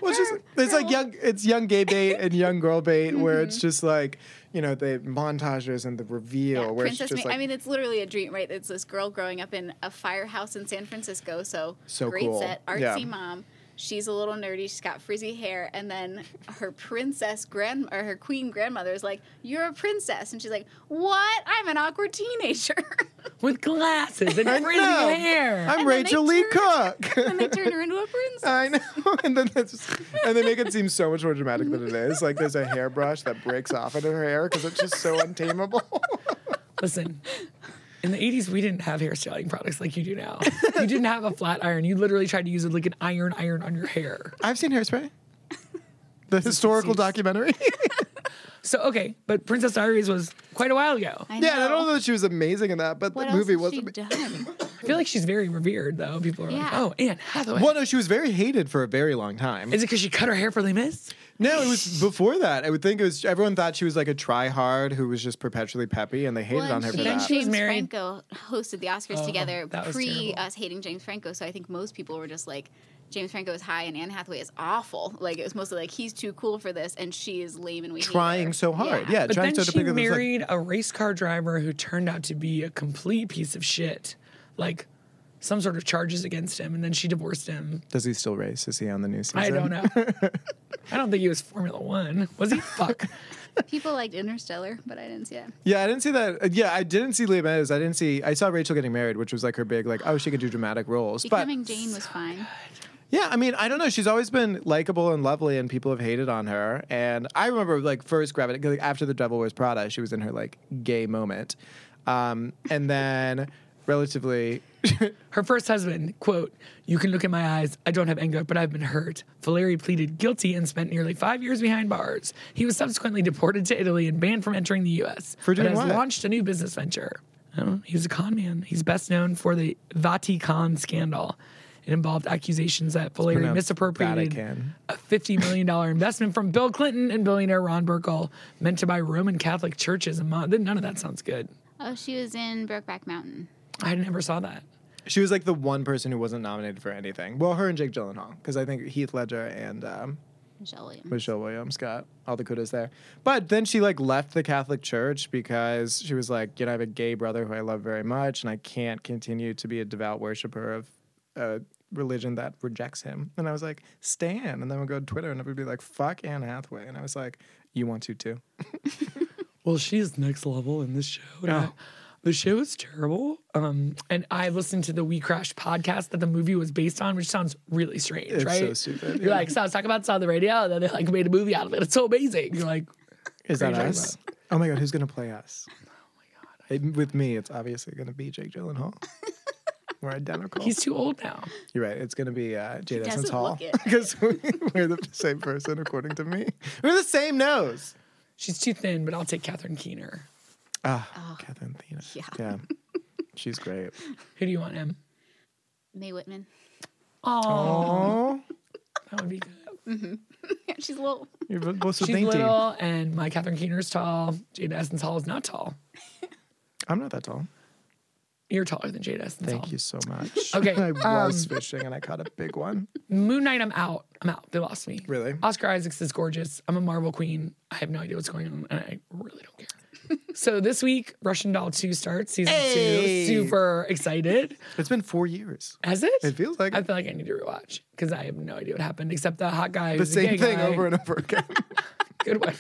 Speaker 1: Well, it's just it's like young it's young gay bait and young girl bait where
Speaker 3: Mm-hmm.
Speaker 1: it's just like you know the montages and the reveal
Speaker 4: Yeah,
Speaker 1: where
Speaker 4: Princess
Speaker 1: it's just
Speaker 4: Ma-
Speaker 1: like
Speaker 4: I mean, it's literally a dream, right? It's this girl growing up in a firehouse in San Francisco. So,
Speaker 1: So
Speaker 4: great
Speaker 1: cool.
Speaker 4: set, artsy
Speaker 1: Yeah.
Speaker 4: mom. She's a little nerdy. She's got frizzy hair, and then her princess grand or her queen grandmother is like, "You're a princess," and she's like, "What? I'm an awkward teenager."
Speaker 3: With glasses and frizzy
Speaker 1: know.
Speaker 3: hair.
Speaker 1: I'm
Speaker 4: and then they
Speaker 1: Rachel Lee
Speaker 4: turn-
Speaker 1: Cook.
Speaker 4: and they turn her into
Speaker 1: Uh,
Speaker 4: a princess.
Speaker 1: I know, and then that's just, and they make it seem so much more dramatic than it is. Like there's a hairbrush that breaks off in her hair because it's just so untamable.
Speaker 3: Listen, in the 80s, we didn't have hairstyling products like you do now. You didn't have a flat iron. You literally tried to use it like an iron iron on your hair.
Speaker 1: I've seen Hairspray, the historical documentary.
Speaker 3: So, okay, but Princess Diaries was quite a while ago.
Speaker 1: yeah,
Speaker 4: I
Speaker 1: and I
Speaker 4: know.
Speaker 1: don't know that she was amazing in that, but
Speaker 4: What
Speaker 1: the movie was.
Speaker 4: else has she
Speaker 1: ama-
Speaker 4: done?
Speaker 3: I feel like she's very revered, though. People are like,
Speaker 4: Yeah.
Speaker 3: oh, Anne Hathaway.
Speaker 1: Well, no, she was very hated for a very long time.
Speaker 3: Is it because she cut her hair for Les Mis?
Speaker 1: No, it was before that. I would think it was everyone thought she was like a tryhard who was just perpetually peppy, and they hated
Speaker 4: Well,
Speaker 1: on her
Speaker 4: and
Speaker 1: for
Speaker 4: she and
Speaker 1: that.
Speaker 3: She was
Speaker 4: James
Speaker 3: married-
Speaker 4: Franco hosted the Oscars
Speaker 3: Oh,
Speaker 4: together
Speaker 3: that was
Speaker 4: pre
Speaker 3: terrible.
Speaker 4: us hating James Franco, so I think most people were just like, James Franco is high and Anne Hathaway is awful. Like it was mostly like he's too cool for this, and she is lame and we hate her.
Speaker 1: trying so hard, yeah,
Speaker 3: But
Speaker 1: trying
Speaker 3: then
Speaker 1: so to
Speaker 3: she
Speaker 1: pick up this, like-
Speaker 3: married a race car driver who turned out to be a complete piece of shit. Like, some sort of charges against him, and then she divorced him.
Speaker 1: Does he still race? Is he on the new season?
Speaker 3: I don't know. I don't think he was Formula One. Was he? Fuck.
Speaker 4: People liked Interstellar, but I didn't see it.
Speaker 1: Yeah, I didn't see that. uh, Yeah, I didn't see Leah Meadows. I didn't see. I saw Rachel getting married, which was like her big, like, oh, she could do dramatic roles. But
Speaker 4: Becoming Jane was fine.
Speaker 1: yeah, I mean, I don't know. She's always been likable and lovely, and people have hated on her. And I remember like first Gravity, 'cause, like after The Devil Wears Prada, she was in her like gay moment, um, and then relatively.
Speaker 3: Her first husband, quote, You can look in my eyes. I don't have anger, but I've been hurt. Valeri pleaded guilty and spent nearly five years behind bars. He was subsequently deported to Italy and banned from entering the U.S.
Speaker 1: For doing
Speaker 3: but has
Speaker 1: what?
Speaker 3: launched a new business venture. I don't know. He was a con man. He's best known for the Vatican scandal. It involved accusations that Valeri
Speaker 1: pronounced
Speaker 3: misappropriated
Speaker 1: Vatican.
Speaker 3: a $50 million investment from Bill Clinton and billionaire Ron Burkle meant to buy Roman Catholic churches. And mon- none of that sounds good.
Speaker 4: Oh, she was in Brokeback Mountain.
Speaker 3: I never saw that.
Speaker 1: She was like the one person who wasn't nominated for anything. Well, her and Jake Gyllenhaal, because I think Heath Ledger and um,
Speaker 4: Michelle Williams.
Speaker 1: Michelle Williams got all the kudos there. But then she like left the Catholic Church because she was like, you know, I have a gay brother who I love very much, and I can't continue to be a devout worshiper of a religion that rejects him. And I was like, Stan. And then we'll go to Twitter and everybody would be like, fuck Anne Hathaway. And I was like, you want to too.
Speaker 3: Well, she is next level in this show.
Speaker 1: Oh.
Speaker 3: and I- the show is terrible. Um, and I listened to the We Crash podcast that the movie was based on, which sounds really strange,
Speaker 1: It's
Speaker 3: right?
Speaker 1: so stupid,
Speaker 3: You're
Speaker 1: yeah.
Speaker 3: like, so I was talking about this on the radio, and then they like made a movie out of it. It's so amazing. You're like,
Speaker 1: Is that
Speaker 3: Crazy.
Speaker 1: us? Oh my God, who's going to play us? Oh my God. With me, it's obviously going to be Jake Gyllenhaal. We're identical.
Speaker 3: he's too old now.
Speaker 1: You're right. It's going to be uh, Jade
Speaker 4: doesn't
Speaker 1: Essence Hall
Speaker 4: look it.
Speaker 1: because we, we're the same person, according to me. We're the same nose.
Speaker 3: She's too thin, but I'll take Catherine Keener.
Speaker 1: Ah, Catherine Thena.
Speaker 4: Oh, yeah.
Speaker 1: she's great.
Speaker 3: Who do you want him?
Speaker 4: Mae Whitman.
Speaker 3: Oh,
Speaker 1: Oh,
Speaker 3: that would be good.
Speaker 4: Yeah, she's a little.
Speaker 1: you're bo- both so
Speaker 3: She's
Speaker 1: dainty.
Speaker 3: little, and my Catherine Keener's tall. Jade Essence Hall is not tall.
Speaker 1: I'm not that tall.
Speaker 3: You're taller than Jade Essence
Speaker 1: Thank
Speaker 3: Hall.
Speaker 1: you so much.
Speaker 3: Okay, um,
Speaker 1: I was fishing and I caught a big one.
Speaker 3: Moon Knight, I'm out. I'm out. They lost me.
Speaker 1: Really?
Speaker 3: Oscar Isaacs is gorgeous. I'm a Marvel queen. I have no idea what's going on, and I really don't care. so this week, Russian Doll 2 starts season
Speaker 1: Hey!
Speaker 3: two. Super excited.
Speaker 1: It's been four years.
Speaker 3: Has it?
Speaker 1: It feels like
Speaker 3: I
Speaker 1: it.
Speaker 3: feel like I need to rewatch because I have no idea what happened except the hot guy.
Speaker 1: the
Speaker 3: who's a gay
Speaker 1: same thing
Speaker 3: guy.
Speaker 1: over and over again.
Speaker 3: Good one.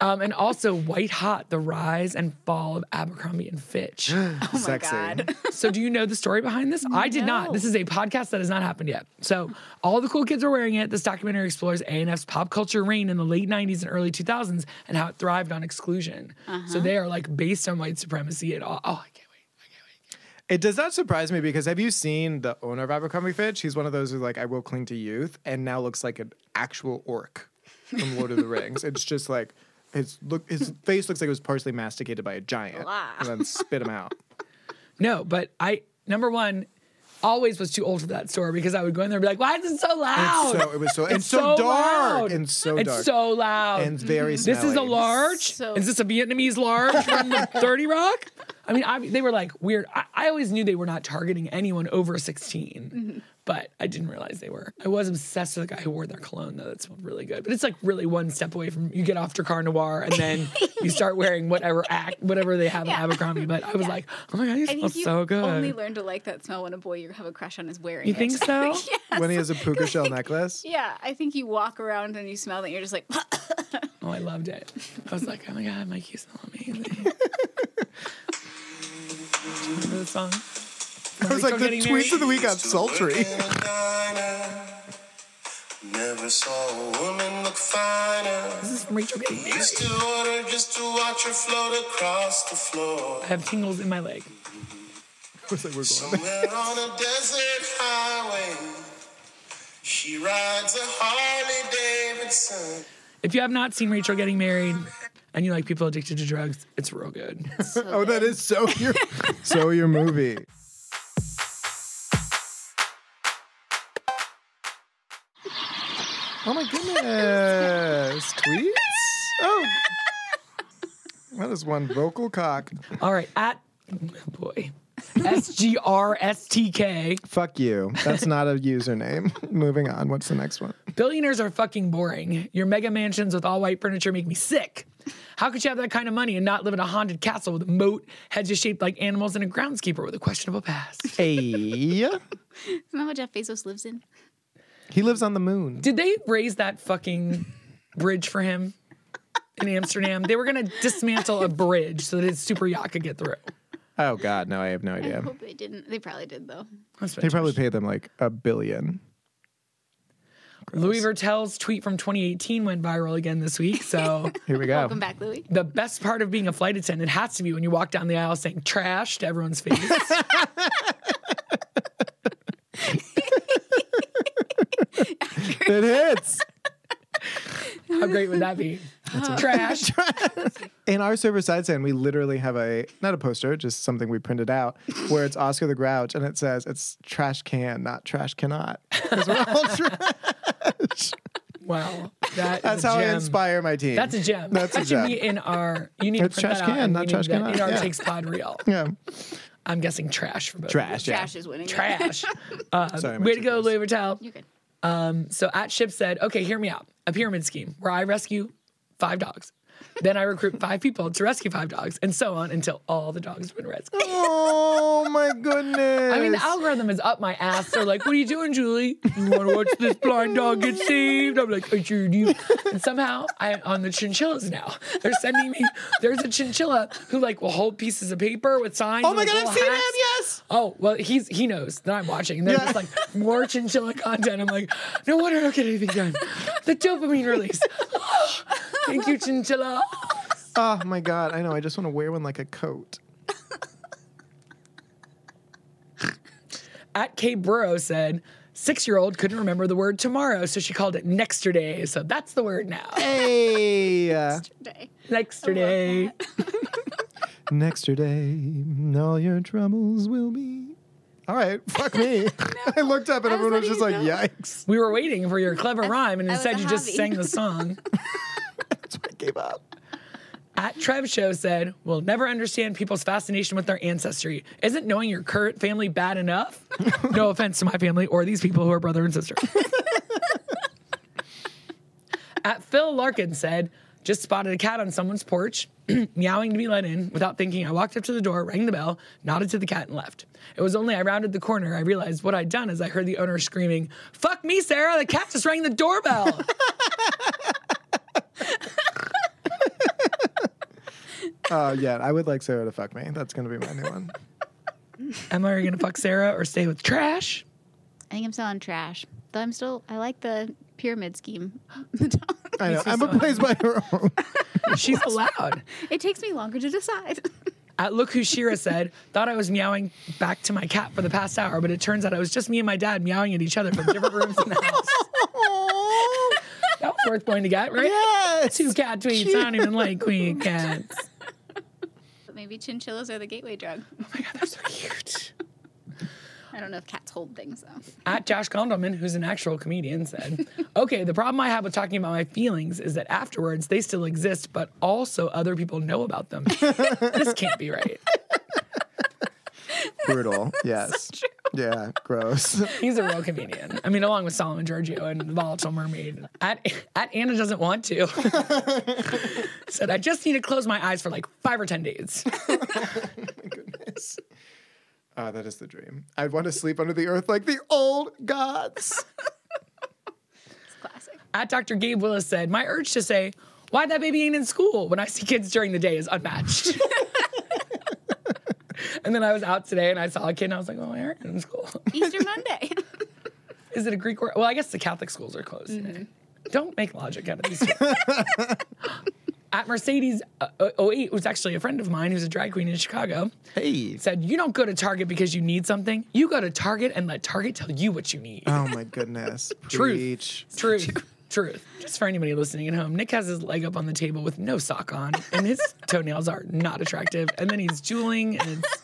Speaker 3: um, and also White Hot: The Rise and Fall of Abercrombie and Fitch.
Speaker 4: Oh my
Speaker 1: Sexy.
Speaker 4: god.
Speaker 3: So, do you know the story behind this? I did not.
Speaker 4: No.
Speaker 3: This is a podcast that has not happened yet. So, all the cool kids are wearing it. This documentary explores ANF's pop culture reign in the late 90s and early 2000s and how it thrived on exclusion. So, they are like based on white supremacy at all. Oh, I can't wait.
Speaker 1: It does not surprise me because have you seen the owner of Abercrombie Fitch? He's one of those who like I will cling to youth and now looks like an actual orc from Lord of the Rings. It's just like his look his face looks like it was partially masticated by a giant
Speaker 4: Blah.
Speaker 1: and then spit him out.
Speaker 3: No, but I, number one, always was too old for that store because I would go in there and be like, why is it so
Speaker 1: It's
Speaker 3: loud?
Speaker 1: so it was so and
Speaker 3: It's
Speaker 1: so, dark
Speaker 3: loud.
Speaker 1: and so
Speaker 3: it's
Speaker 1: dark
Speaker 3: so loud.
Speaker 1: and very
Speaker 3: this is a
Speaker 1: smelly.
Speaker 3: large.
Speaker 4: So-
Speaker 3: Is this a Vietnamese large from the 30 Rock? I mean, I, they were like weird. I, I always knew they were not targeting anyone over 16,
Speaker 4: Mm-hmm.
Speaker 3: but I didn't realize they were. I was obsessed with the guy who wore their cologne, though. That smelled really good. But it's like really one step away from you get off Dracar Noir and then you start wearing whatever act, whatever they have at Abercrombie. But I was like, oh my God, you
Speaker 4: I
Speaker 3: smell
Speaker 4: think you
Speaker 3: so good.
Speaker 4: only learn to like that smell when a boy you have a crush on is wearing
Speaker 3: you
Speaker 4: it.
Speaker 3: think so?
Speaker 1: when he has a puka shell necklace.
Speaker 4: Yeah, I think you walk around and you smell that and you're just like,
Speaker 3: Oh, I loved it. I was like, oh my god, Mike, you smell amazing. Do you Remember the song?
Speaker 1: I was like, the
Speaker 3: getting
Speaker 1: tweets
Speaker 3: married.
Speaker 1: of the week got sultry.
Speaker 5: Never saw a woman look finer.
Speaker 3: This is from Rachel getting married.
Speaker 5: Used to order just to watch her float across the floor.
Speaker 3: I have tingles in my leg.
Speaker 1: I was like, we're going.
Speaker 5: Somewhere on a desert highway, she rides a Harley Davidson.
Speaker 3: If you have not seen Rachel getting married and you like people addicted to drugs, it's real good.
Speaker 1: Oh, that is so your so your movie. Oh my goodness. Tweets? Oh. That is one vocal cock.
Speaker 3: All right, at oh boy. S G R S T K.
Speaker 1: Fuck you. That's not a username. Moving on. What's the next one?
Speaker 3: Billionaires are fucking boring. Your mega mansions with all white furniture make me sick. How could you have that kind of money and not live in a haunted castle with a moat, hedges shaped like animals, and a groundskeeper with a questionable past?
Speaker 1: Hey.
Speaker 4: isn't that what Jeff Bezos lives in?
Speaker 1: He lives on the moon.
Speaker 3: Did they raise that fucking bridge for him in Amsterdam? They were gonna dismantle a bridge so that his super yacht could get through.
Speaker 1: Oh god, no, I have no idea.
Speaker 4: I hope they didn't. They probably did though.
Speaker 3: That's
Speaker 1: They probably paid them like a billion.
Speaker 3: Louis Vertel's tweet from 2018 went viral again this week. So
Speaker 1: Here we go.
Speaker 4: Welcome back, Louis.
Speaker 3: the best part of being a flight attendant has to be when you walk down the aisle saying trash to everyone's face.
Speaker 1: It hits.
Speaker 3: How great would that be? trash.
Speaker 1: In our server side stand, we literally have a not a poster, just something we printed out where it's Oscar the Grouch and it says it's trash can, not trash cannot. 'Cause we're all trash.
Speaker 3: Wow. That is
Speaker 1: That's
Speaker 3: a
Speaker 1: how I
Speaker 3: gem.
Speaker 1: inspire my team.
Speaker 3: That's a gem.
Speaker 1: That's
Speaker 3: that
Speaker 1: a
Speaker 3: should
Speaker 1: gem.
Speaker 3: be in our. You need to
Speaker 1: It's
Speaker 3: print
Speaker 1: trash
Speaker 3: that
Speaker 1: can,
Speaker 3: out. and
Speaker 1: not
Speaker 3: we need
Speaker 1: trash
Speaker 3: that
Speaker 1: can.
Speaker 3: In our
Speaker 1: Yeah.
Speaker 3: takes pod reel.
Speaker 1: yeah.
Speaker 3: I'm guessing trash for both. of you.
Speaker 1: Trash.
Speaker 4: Trash
Speaker 1: yeah.
Speaker 4: is winning.
Speaker 3: Trash. Uh,
Speaker 1: Sorry, my
Speaker 3: Way to go,
Speaker 1: chickens.
Speaker 3: Louis Vuitton.
Speaker 4: You're good.
Speaker 3: So at Ship said, okay, hear me out. A pyramid scheme where I rescue five dogs. Then I recruit five people to rescue five dogs, and so on until all the dogs have been rescued.
Speaker 1: Oh my goodness.
Speaker 3: I mean, the algorithm is up my ass. They're like, what are you doing, Julie? You want to watch this blind dog get saved? I'm like, I sure do. And somehow I'm on the chinchillas now. They're sending me, there's a chinchilla who like will hold pieces of paper with signs.
Speaker 1: oh my
Speaker 3: and, like,
Speaker 1: god, I've
Speaker 3: little
Speaker 1: seen him.
Speaker 3: hats.
Speaker 1: Yes.
Speaker 3: Oh, well, he's he knows that I'm watching. And they're
Speaker 1: Yeah.
Speaker 3: just like more chinchilla content. I'm like, no wonder I don't get anything done. The dopamine release. Thank you, chinchilla.
Speaker 1: Oh my god, I know. I just want to wear one like a coat.
Speaker 3: At K Burrow said, six year old couldn't remember the word tomorrow, so she called it next day. So that's the word now.
Speaker 1: Hey.
Speaker 4: Day.
Speaker 3: Next day.
Speaker 1: Next day, all your troubles will be. All right, fuck me. I looked up and
Speaker 4: I was
Speaker 1: everyone was
Speaker 4: letting
Speaker 1: just
Speaker 4: you
Speaker 1: like,
Speaker 4: go.
Speaker 1: yikes.
Speaker 3: We were waiting for your clever rhyme, and
Speaker 4: I was
Speaker 3: instead
Speaker 4: a
Speaker 3: you just
Speaker 4: hobby.
Speaker 3: sang the song.
Speaker 1: That's why I gave up.
Speaker 3: At Trev Show said, We'll never understand people's fascination with their ancestry. Isn't knowing your current family bad enough? no offense to my family or these people who are brother and sister. At Phil Larkin said, Just spotted a cat on someone's porch, meowing to be let in without thinking. I walked up to the door, rang the bell, nodded to the cat, and left. It was only I rounded the corner I realized what I'd done as I heard the owner screaming, Fuck me, Sarah, the cat just rang the doorbell.
Speaker 1: Oh, yeah, I would like Sarah to fuck me. That's going to be my new one.
Speaker 3: Am I gonna fuck Sarah or stay with trash?
Speaker 4: I think I'm still on trash, though. I'm still. I like the pyramid scheme.
Speaker 1: I know. I'm a place by her own.
Speaker 3: She's allowed.
Speaker 4: it takes me longer to decide.
Speaker 3: At Look Who Shira said, thought I was meowing back to my cat for the past hour, but it turns out I was just me and my dad meowing at each other from different rooms in the house. That was worth going to get, right?
Speaker 1: yes.
Speaker 3: Two cat tweets. I don't even like queen cats.
Speaker 4: but maybe chinchillas are the gateway drug.
Speaker 3: Oh my god, they're so cute.
Speaker 4: I don't know if cats hold things though.
Speaker 3: At Josh Gondelman, who's an actual comedian, said, Okay, the problem I have with talking about my feelings is that afterwards they still exist, but also other people know about them. this can't be right.
Speaker 1: Brutal. Yes. Yeah. Gross.
Speaker 3: He's a real comedian. I mean, along with Solomon Giorgio and the Volatile Mermaid. At, at Anna doesn't want to. Said, I just need to close my eyes for like five or 10 days.
Speaker 1: goodness. Ah, that is the dream. I'd want to sleep under the earth like the old gods.
Speaker 4: It's classic.
Speaker 3: At Dr. Gabe Willis said, My urge to say, why that baby ain't in school when I see kids during the day is unmatched. and then I was out today and I saw a kid and I was like, Oh, they aren't in school.
Speaker 4: Easter Monday.
Speaker 3: Is it a Greek word? Well, I guess the Catholic schools are closed. today. Don't make logic out of these. At Mercedes uh, 08, who's actually a friend of mine who's a drag queen in Chicago,
Speaker 1: Hey.
Speaker 3: said, You don't go to Target because you need something. You go to Target and let Target tell you what you need.
Speaker 1: Oh my goodness.
Speaker 3: Truth.
Speaker 1: Preach.
Speaker 3: Truth. Truth. Just for anybody listening at home, Nick has his leg up on the table with no sock on, and his toenails are not attractive. And then he's jeweling, and it's,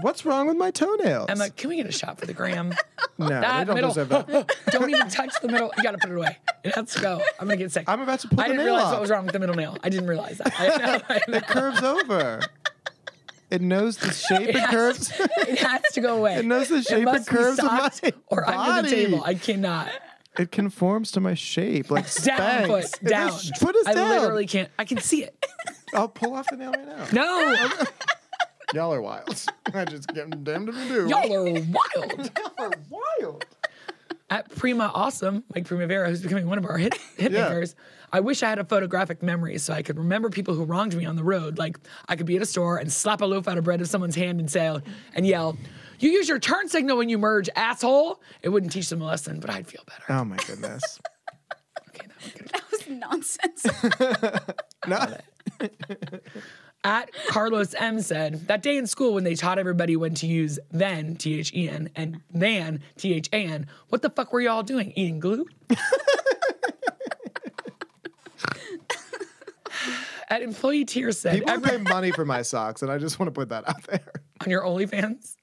Speaker 1: What's wrong with my toenails?
Speaker 3: I'm like, can we get a shot for the gram?
Speaker 1: no, they
Speaker 3: that
Speaker 1: don't
Speaker 3: middle.
Speaker 1: deserve it.
Speaker 3: Don't even touch the middle. You gotta put it away. It has to go. I'm gonna get sick.
Speaker 1: I'm about to pull
Speaker 3: I
Speaker 1: the
Speaker 3: didn't
Speaker 1: nail
Speaker 3: realize
Speaker 1: off.
Speaker 3: what was wrong with the middle nail. I didn't realize that. I know, I know.
Speaker 1: It curves over. It knows the shape. It,
Speaker 3: has-
Speaker 1: curves.
Speaker 3: It has to go away.
Speaker 1: It knows the shape and
Speaker 3: must be
Speaker 1: curves of
Speaker 3: socked
Speaker 1: my
Speaker 3: or under the
Speaker 1: body.
Speaker 3: table. I cannot.
Speaker 1: it conforms to my shape like
Speaker 3: Down
Speaker 1: Spanx.
Speaker 3: foot. Down.
Speaker 1: This foot is
Speaker 3: I
Speaker 1: down.
Speaker 3: literally can't. I can see it.
Speaker 1: I'll pull off the nail right now.
Speaker 3: No.
Speaker 1: Y'all are wild. I just get damned if you do.
Speaker 3: Y'all are wild.
Speaker 1: Y'all are wild.
Speaker 3: at Prima Awesome, Mike Primavera, who's becoming one of our hit, hit
Speaker 1: Yeah.
Speaker 3: makers, I wish I had a photographic memory so I could remember people who wronged me on the road. Like I could be at a store and slap a loaf out of bread of someone's hand and say, and yell, "You use your turn signal when you merge, asshole!" It wouldn't teach them a lesson, but I'd feel better.
Speaker 1: Oh my goodness.
Speaker 3: Okay, that one could-
Speaker 4: That was nonsense.
Speaker 1: No.
Speaker 3: At Carlos M said, that day in school when they taught everybody when to use then, T H E N, and than, T H A N, what the fuck were y'all doing? Eating glue? At employee tier said,
Speaker 1: People
Speaker 3: "Every-
Speaker 1: pay money for my socks, and I just want to put that out there.
Speaker 3: on your OnlyFans.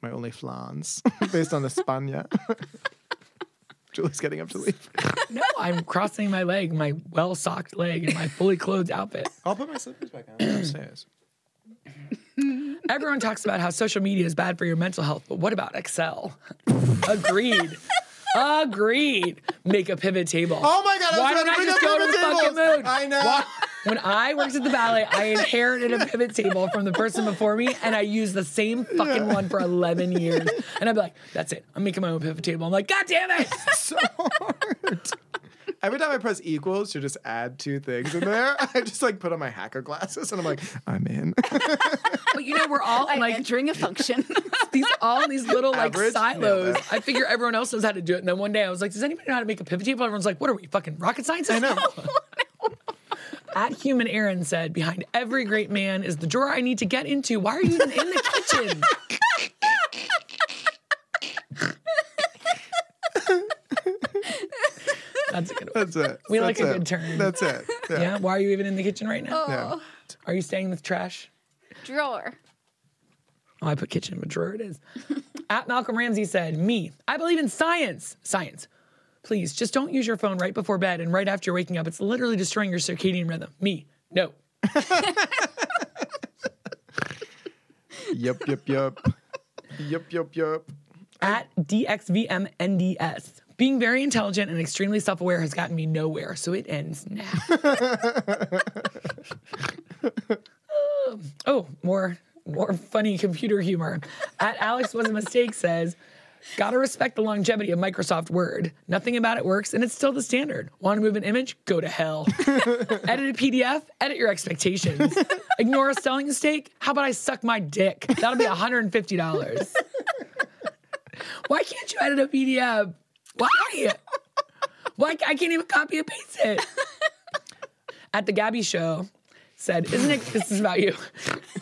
Speaker 1: My only flans, based on España. Julie's getting up to leave.
Speaker 3: No, I'm crossing my leg, my well socked leg, in my fully clothed outfit.
Speaker 1: I'll put my slippers back on upstairs.
Speaker 3: Everyone talks about how social media is bad for your mental health, but what about Excel? Agreed. Agreed. Make a pivot table.
Speaker 1: Oh my god! I was
Speaker 3: Why
Speaker 1: about
Speaker 3: don't I
Speaker 1: to
Speaker 3: just
Speaker 1: bring
Speaker 3: go
Speaker 1: up
Speaker 3: to the
Speaker 1: pivot
Speaker 3: fucking
Speaker 1: tables.
Speaker 3: moon?
Speaker 1: I know.
Speaker 3: When I worked at the ballet, I inherited a pivot table from the person before me, and I used the same fucking one for 11 years. And I'd be like, that's it. I'm making my own pivot table. I'm like, God damn it.
Speaker 1: so hard. Every time I press equals to just add two things in there, I just like put on my hacker glasses and I'm like, I'm in.
Speaker 3: But you know, we're all
Speaker 4: I'm
Speaker 3: like
Speaker 4: entering a function.
Speaker 3: these all in these little like
Speaker 1: Average? Nailed
Speaker 3: silos.
Speaker 1: it.
Speaker 3: I figure everyone else knows how to do it. And then one day I was like, does anybody know how to make a pivot table? Everyone's like, what are we fucking rocket scientists?
Speaker 1: I know.
Speaker 3: At Human Aaron said, behind every great man is the drawer I need to get into. Why are you even in the kitchen? That's a good one.
Speaker 1: That's it.
Speaker 3: We
Speaker 1: That's
Speaker 3: like a
Speaker 1: it.
Speaker 3: good turn.
Speaker 1: That's it. Yeah.
Speaker 3: Yeah. Why are you even in the kitchen right now?
Speaker 1: Yeah.
Speaker 3: Are you staying with trash?
Speaker 4: Drawer.
Speaker 3: Oh, I put kitchen, but drawer it is. At Malcolm Ramsey said, Me, I believe in science. Science. Please, just don't use your phone right before bed and right after you're waking up. It's literally destroying your circadian rhythm. Me, no.
Speaker 1: Yup, yup, yup. yup, yup, yup.
Speaker 3: At DXVMNDS. Being very intelligent and extremely self aware has gotten me nowhere, so it ends now. oh, more more funny computer humor. At Alex was a mistake says, gotta respect the longevity of Microsoft Word. Nothing about it works, and it's still the standard. Want to move an image? Go to hell. edit a PDF? Edit your expectations. Ignore a spelling mistake? How about I suck my dick? That'll be $150. Why can't you edit a PDF? Why? Why I can't even copy and paste it? At the Gabby show, said, "Isn't it? This is about you.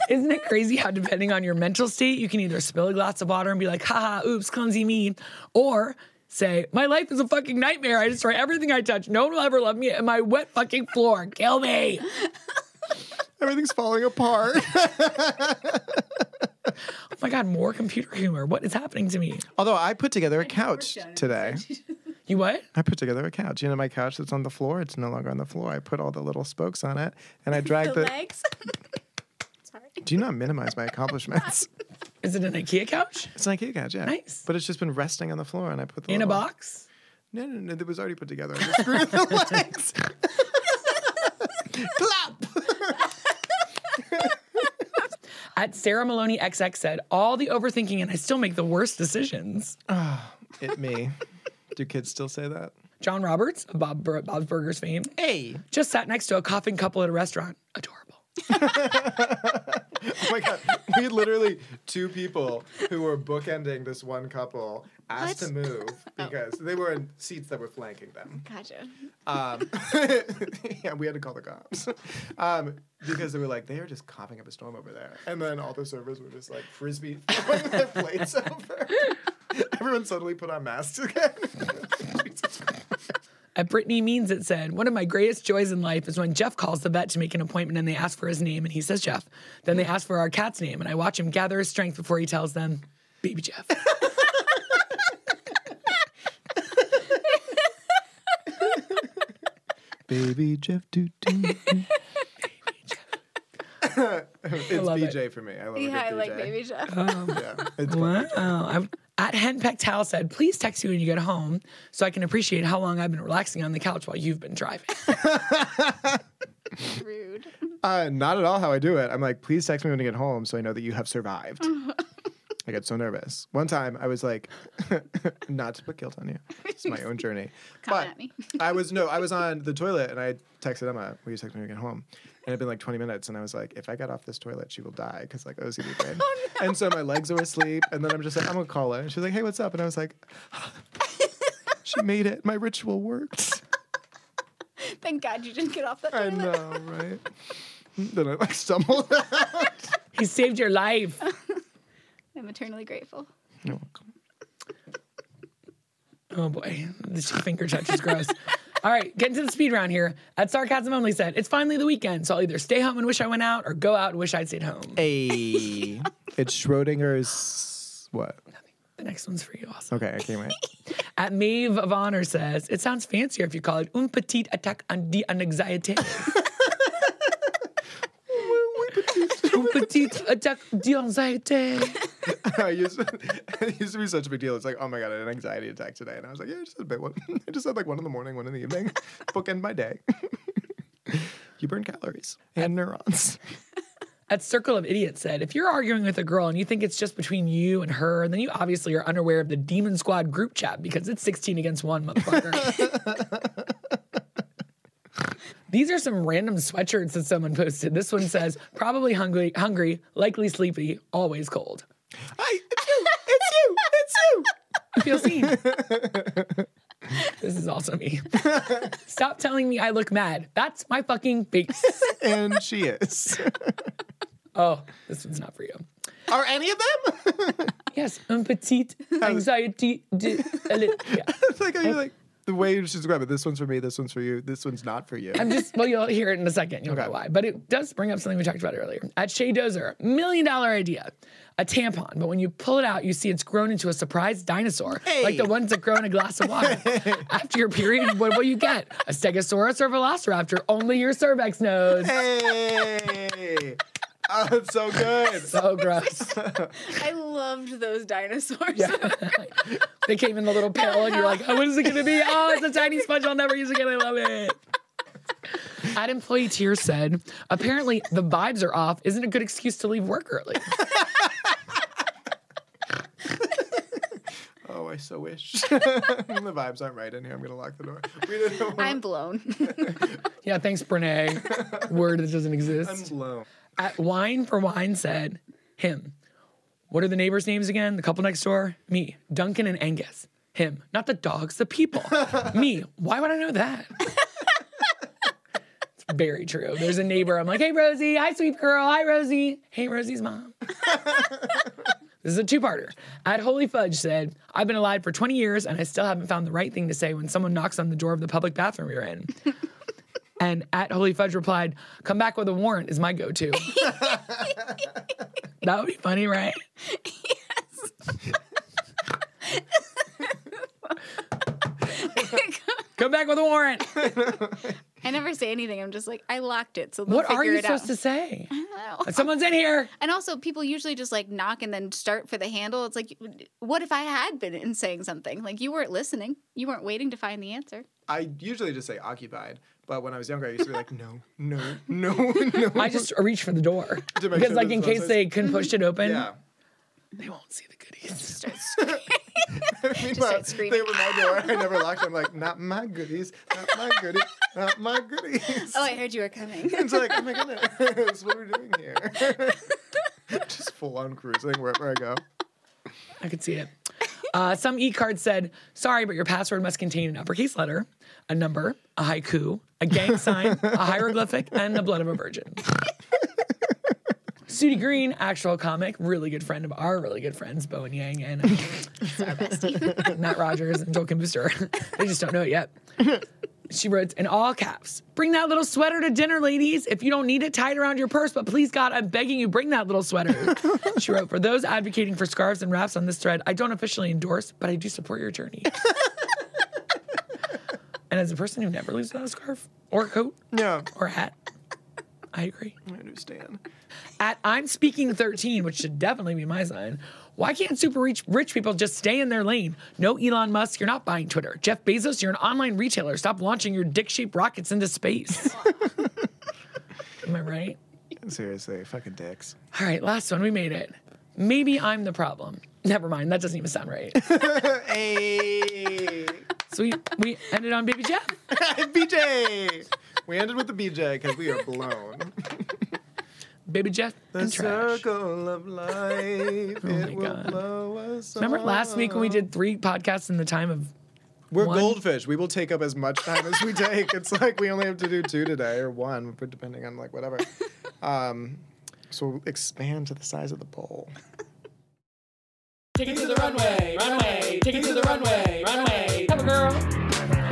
Speaker 3: Isn't it crazy how depending on your mental state, you can either spill a glass of water and be like, haha, oops, clumsy me,' or say, my life is a fucking nightmare. I destroy everything I touch. No one will ever love me. And my wet fucking floor, kill me." Oh
Speaker 1: Everything's falling apart.
Speaker 3: oh my God, more computer humor. What is happening to me?
Speaker 1: Although I put together a couch today.
Speaker 3: You what?
Speaker 1: I put together a couch. You know my couch that's on the floor? It's no longer on the floor. I put all the little spokes on it and I dragged the.
Speaker 4: legs. Sorry.
Speaker 1: Do not minimize my accomplishments.
Speaker 3: Is it an IKEA couch?
Speaker 1: it's an IKEA couch, yeah.
Speaker 3: Nice.
Speaker 1: But it's just been resting on the floor and I put the.
Speaker 3: In a
Speaker 1: little-
Speaker 3: box?
Speaker 1: No, no, no. It was already put together. I just screwed the legs. Clap!
Speaker 3: At Sarah Maloney XX said, all the overthinking and I still make the worst decisions.
Speaker 1: It me. Do kids still say that?
Speaker 3: John Roberts, of Bob Bur- Bob's Burgers fame,
Speaker 1: Hey.
Speaker 3: just sat next to a coughing couple at a restaurant. Adorable.
Speaker 1: Oh my God. We literally, two people who were bookending this one couple asked
Speaker 4: What? Oh.
Speaker 1: to move because they were in seats that were flanking them.
Speaker 4: Gotcha.
Speaker 1: Um, yeah, we had to call the cops um, because they were like, they are just coughing up a storm over there. And then all the servers were just like frisbee throwing their plates over. Everyone suddenly put on masks again. Jesus Christ.
Speaker 3: At Brittany Means It said, One of my greatest joys in life is when Jeff calls the vet to make an appointment and they ask for his name and he says Jeff. Then they ask for our cat's name and I watch him gather his strength before he tells them, Baby Jeff.
Speaker 1: Baby Jeff doo doo. it's
Speaker 3: love it.
Speaker 1: BJ for me. I love
Speaker 4: Yeah,
Speaker 1: a
Speaker 4: I
Speaker 1: good
Speaker 4: like
Speaker 1: BJ.
Speaker 4: baby Jeff.
Speaker 1: Uh. Yeah, it's
Speaker 3: wow.
Speaker 1: fun.
Speaker 3: I'm- at Hen Pectal said, Please text you when you get home so I can appreciate how long I've been relaxing on the couch while you've been driving.
Speaker 4: Rude.
Speaker 1: Uh, not at all how I do it. I'm like, please text me when you get home so I know that you have survived. I get so nervous. One time I was like, not to put guilt on you. It's my own journey.
Speaker 4: Come
Speaker 1: but
Speaker 4: at me.
Speaker 1: I was no, I was on the toilet and I texted Emma, will you text me when you get home? And it'd been like 20 minutes and I was like, if I got off this toilet, she will die because like OCD
Speaker 4: Oh,
Speaker 1: brain. And so my legs are asleep and then I'm just like, I'm gonna call her. And she's like, hey, what's up? And I was like, she made it. My ritual worked.
Speaker 4: Thank God you didn't get off that
Speaker 1: I
Speaker 4: toilet.
Speaker 1: know, right? Then I like stumbled out.
Speaker 3: he saved your life.
Speaker 4: I'm eternally grateful.
Speaker 1: You're welcome.
Speaker 3: Oh boy, this finger touch is gross. All right, getting to the speed round here. At Sarcasm Only said, It's finally the weekend, so I'll either stay home and wish I went out or go out and wish I'd stayed home.
Speaker 1: Hey. it's Schrodinger's what?
Speaker 3: The next one's for you, also.
Speaker 1: Okay, I can't wait.
Speaker 3: At Maeve of Honor says, It sounds fancier if you call it un petit attack on the anxiety. un petit attack de anxiety.
Speaker 1: I used to, it used to be such a big deal. It's like, oh my god, I had an anxiety attack today, and I was like, yeah, I just had a bit one. I just had like one in the morning, one in the evening. Bookend my day. you burn calories and neurons.
Speaker 3: At Circle of Idiots said, If you're arguing with a girl and you think it's just between you and her, then you obviously are unaware of the Demon Squad group chat because it's 16 against one, motherfucker. These are some random sweatshirts that someone posted. This one says, probably hungry, hungry, likely sleepy, always cold.
Speaker 1: I, it's you, it's you, it's you.
Speaker 3: feel seen. this is also me. Stop telling me I look mad. That's my fucking face.
Speaker 1: And she is.
Speaker 3: Oh, this one's not for you.
Speaker 1: Are any of them?
Speaker 3: Yes, un petit anxiety. De, a li- yeah.
Speaker 1: it's like, are you like the way you should describe it? This one's for me. This one's for you. This one's not for you.
Speaker 3: I'm just, well, you'll hear it in a second. You'll
Speaker 1: Okay.
Speaker 3: know why. But it does bring up something we talked about earlier. At Shea Dozer, million dollar idea a tampon. But when you pull it out, you see it's grown into a surprise dinosaur, like the ones that grow in a glass of water. After your period, what will you get? A stegosaurus or velociraptor? Only your cervix knows.
Speaker 1: Hey. Oh, it's so good.
Speaker 3: So gross.
Speaker 4: I loved those dinosaurs.
Speaker 3: They came in the little pail, and you're like, oh, what is it gonna be? Oh, it's a tiny sponge. I'll never use again. I love it. At employee tier said, apparently the vibes are off. Isn't a good excuse to leave work early.
Speaker 1: Oh, I so wish. the vibes aren't right in here. I'm gonna lock the door. We didn't know.
Speaker 4: I'm blown.
Speaker 3: Yeah, thanks, Brene. Word that doesn't
Speaker 1: I'm
Speaker 3: exist.
Speaker 1: blown.
Speaker 3: At wine for wine said, him. What are the neighbors' names again? The couple next door? Me, Duncan and Angus. Him, not the dogs, the people. Me, why would I know that? it's very true. There's a neighbor. I'm like, hey, Rosie. Hi, sweet girl. Hi, Rosie. Hey, Rosie's mom. this is a two parter. At Holy Fudge said, I've been alive for 20 years and I still haven't found the right thing to say when someone knocks on the door of the public bathroom you're in. and at Holy Fudge replied, come back with a warrant is my go to. that would be funny, right?
Speaker 2: back with a warrant.
Speaker 4: I never say anything. I'm just like, I locked it, so they'll
Speaker 3: What
Speaker 4: figure
Speaker 3: are you
Speaker 4: it out.
Speaker 3: supposed to say?
Speaker 4: I don't know.
Speaker 3: Someone's in here.
Speaker 4: And also, people usually just like knock and then start for the handle. It's like, what if I had been in saying something? Like you weren't listening. You weren't waiting to find the answer.
Speaker 1: I usually just say occupied, but when I was younger, I used to be like, no, no, no, no.
Speaker 3: I just reach for the door
Speaker 1: To make
Speaker 3: because,
Speaker 1: sure
Speaker 3: like,
Speaker 1: that's
Speaker 3: in
Speaker 1: what it
Speaker 3: case
Speaker 1: says.
Speaker 3: they can push it open,
Speaker 1: yeah.
Speaker 3: they won't see the goodies.
Speaker 4: Start screaming.
Speaker 1: Meanwhile,
Speaker 4: screaming.
Speaker 1: they were my door. I never locked. I'm like, not my goodies, not my goodies, not my goodies.
Speaker 4: oh, I heard you were coming.
Speaker 1: It's like, oh my goodness, what are we doing here? just full on cruising wherever I go.
Speaker 3: I could see it. Uh, some e-card said, "Sorry, but your password must contain an uppercase letter, a number, a haiku, a gang sign, a hieroglyphic, and the blood of a virgin." Sudie Green, actual comic, really good friend of our really good friends, Bo and Yang, and um, Matt Rogers and Joel Booster. they just don't know it yet. She wrote in all caps, bring that little sweater to dinner, ladies. If you don't need it, tie it around your purse. But please, God, I'm begging you, bring that little sweater. she wrote, for those advocating for scarves and wraps on this thread, I don't officially endorse, but I do support your journey. and as a person who never leaves without a scarf or a coat
Speaker 1: Yeah,
Speaker 3: or a hat, I agree.
Speaker 1: I understand.
Speaker 3: At I'm speaking 13, which should definitely be my sign. Why can't super rich, rich people just stay in their lane? No Elon Musk, you're not buying Twitter. Jeff Bezos, you're an online retailer. Stop launching your dick shaped rockets into space. Am I right?
Speaker 1: Seriously, fucking dicks.
Speaker 3: All right, last one. We made it. Maybe I'm the problem. Never mind. That doesn't even sound right.
Speaker 1: Hey,
Speaker 3: So we, we ended on Baby Jeff.
Speaker 1: BJ. We ended with the BJ because we are blown.
Speaker 3: Baby Jeff
Speaker 1: The
Speaker 3: and trash. Oh
Speaker 1: circle of life. it
Speaker 3: my
Speaker 1: will
Speaker 3: God.
Speaker 1: blow us
Speaker 3: Remember last week when we did three podcasts in the time of
Speaker 1: We're
Speaker 3: One.
Speaker 1: goldfish. We will take up as much time as we take. It's like we only have to do two today or one, but depending on like whatever. Um, so we'll expand to the size of the bowl.
Speaker 3: Take it to the runway, runway, take it to the runway, runway. Have a girl,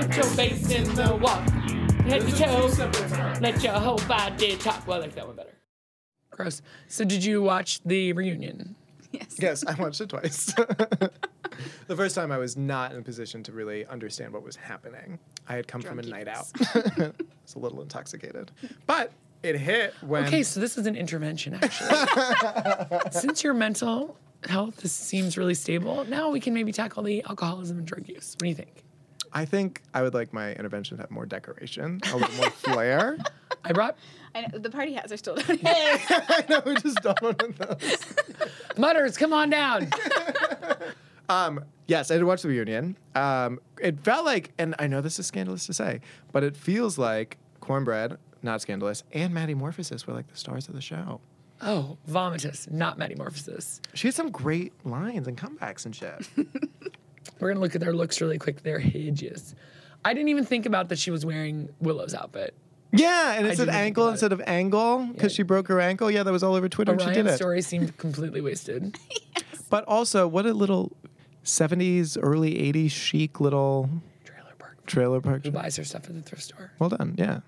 Speaker 3: put your face in the water. Head to toe, let your whole body talk. Well, I like that one better. Gross. So, did you watch the reunion?
Speaker 4: yes.
Speaker 1: Yes, I watched it twice. the first time I was not in a position to really understand what was happening. I had come from a night out. I was a little intoxicated. But it hit when
Speaker 3: Okay, so this is an intervention, actually. Since your mental health is, seems really stable, now we can maybe tackle the alcoholism and drug use. What do you think?
Speaker 1: I think I would like my intervention to have more decoration, a little more flair.
Speaker 3: I brought
Speaker 4: I know, the party hats are still down here.
Speaker 1: I know we just don't want to know.
Speaker 3: mutters. Come on down.
Speaker 1: Yes, I did watch the reunion. Um, it felt like, and I know this is scandalous to say, but it feels like Cornbread, not scandalous, and Maddie Morphosis were like the stars of the show.
Speaker 3: Oh, vomitus, not metamorphosis.
Speaker 1: She had some great lines and comebacks and shit.
Speaker 3: We're gonna look at their looks really quick. They're hideous. I didn't even think about that she was wearing Willow's outfit.
Speaker 1: yeah, and
Speaker 3: I
Speaker 1: it said
Speaker 3: didn't think
Speaker 1: ankle
Speaker 3: about
Speaker 1: instead of angle because
Speaker 3: Yeah.
Speaker 1: she broke her ankle. Yeah, that was all over Twitter. when she did
Speaker 3: Orion's
Speaker 1: it.
Speaker 3: story seemed completely wasted.
Speaker 1: But also, what a little 70s, early 80s chic little
Speaker 3: Trailer park.
Speaker 1: trailer park.
Speaker 3: Who buys her stuff at the thrift store?
Speaker 1: Well done. Yeah.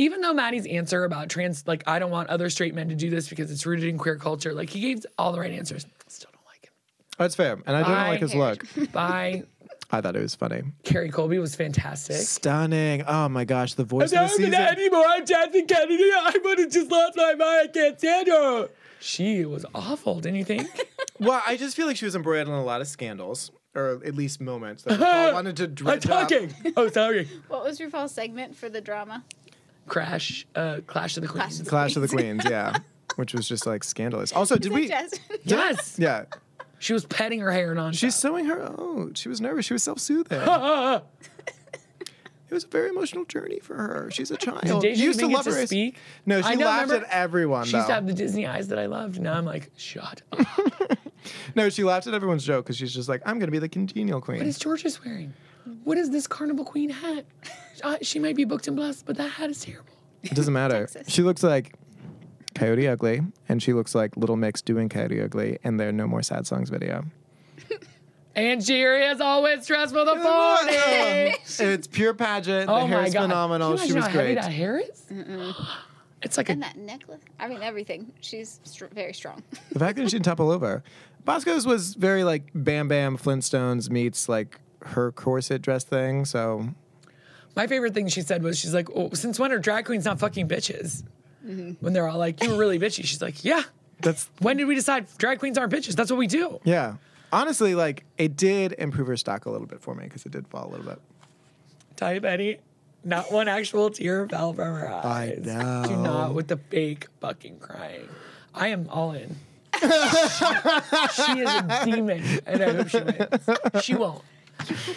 Speaker 3: Even though Maddie's answer about trans, like I don't want other straight men to do this because it's rooted in queer culture, like he gave all the right answers. Still don't like him.
Speaker 1: That's fair. And I didn't
Speaker 3: I
Speaker 1: like his
Speaker 4: cared.
Speaker 1: look.
Speaker 3: Bye.
Speaker 1: I thought it was funny.
Speaker 3: Carrie Colby was fantastic.
Speaker 1: Stunning. Oh my gosh, the voice of the
Speaker 3: Don't
Speaker 1: season.
Speaker 3: anymore. I'm Jackie Kennedy. I would have just lost my mind. I can't stand her. She was awful, didn't you think?
Speaker 1: Well, I just feel like she was embroiled in a lot of scandals, or at least moments that we all wanted to
Speaker 3: I'm
Speaker 1: dredge up.
Speaker 3: talking. Oh, sorry.
Speaker 4: What was RuPaul's segment for the drama?
Speaker 3: Crash, uh, Clash of the Queens.
Speaker 4: Clash of the
Speaker 1: Clash of the Queens, yeah, which was just like scandalous. Also, did we?
Speaker 4: Jasmine.
Speaker 3: Yes.
Speaker 1: Yeah,
Speaker 3: She was petting her hair and
Speaker 1: she's sewing her own. She was nervous. She was self-soothing.
Speaker 3: Uh,
Speaker 1: it was a very emotional journey for her. She's a child.
Speaker 3: did Deja
Speaker 1: You used to
Speaker 3: even get
Speaker 1: love
Speaker 3: to
Speaker 1: her. as-
Speaker 3: speak?
Speaker 1: No,
Speaker 3: I
Speaker 1: she
Speaker 3: know,
Speaker 1: laughed
Speaker 3: remember?
Speaker 1: at everyone.
Speaker 3: she
Speaker 1: though.
Speaker 3: used to have the Disney eyes that I loved. Now I'm like, shut up.
Speaker 1: No, she laughed at everyone's joke because she's just like, I'm gonna be the congenial queen.
Speaker 3: What is George's wearing? What is this Carnival Queen hat? Uh, she might be booked and blessed, but that hat is terrible.
Speaker 1: It doesn't matter.
Speaker 4: Texas.
Speaker 1: She looks like Coyote Ugly, and she looks like Little Mix doing Coyote Ugly, and their No More Sad Songs video.
Speaker 3: And Jerry is always dressed for the party.
Speaker 1: it's pure pageant.
Speaker 3: Oh
Speaker 1: the
Speaker 3: my
Speaker 1: hair's
Speaker 3: god,
Speaker 1: phenomenal.
Speaker 3: Can you
Speaker 1: She was
Speaker 3: imagine how heavy
Speaker 1: great.
Speaker 3: That hair is. It's like a
Speaker 4: and that necklace. I mean, everything. She's str- very strong.
Speaker 1: The fact that she didn't topple over. Bosco's was very like Bam Bam Flintstones meets like her corset dress thing. So
Speaker 3: My favorite thing she said was, she's like, oh, since when are drag queens not fucking bitches? When they're all like, you were really bitchy. She's like, yeah.
Speaker 1: that's
Speaker 3: When did we decide drag queens aren't bitches? That's what we do.
Speaker 1: yeah. Honestly, like it did improve her stock a little bit for me because it did fall a little bit.
Speaker 3: Tell you, Betty, not one actual tear fell from her
Speaker 1: I
Speaker 3: eyes.
Speaker 1: know.
Speaker 3: Do not with the fake fucking crying. I am all in. she, she is a demon, and I hope she wins. She won't.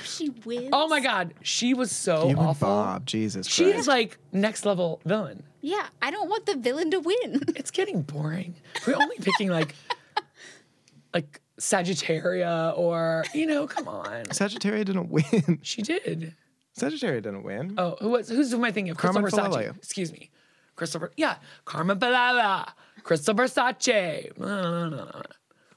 Speaker 4: She wins.
Speaker 3: Oh my god, she was so
Speaker 1: You and
Speaker 3: Oh, awful.
Speaker 1: Bob, Jesus
Speaker 3: She
Speaker 1: Christ.
Speaker 3: is like next level villain.
Speaker 4: Yeah, I don't want the villain to win.
Speaker 3: It's getting boring. We're only picking like, like Sagittaria or you know, come on.
Speaker 1: Sagittarius didn't win.
Speaker 3: She did.
Speaker 1: Sagittarius didn't win.
Speaker 3: Oh, who was who's who am I thinking of?
Speaker 1: Carmen
Speaker 3: Crystal Versace.
Speaker 1: Falella.
Speaker 3: Excuse me. Crystal Ver- yeah. Carmen Balala. Crystal Versace. No, no, no, no, no.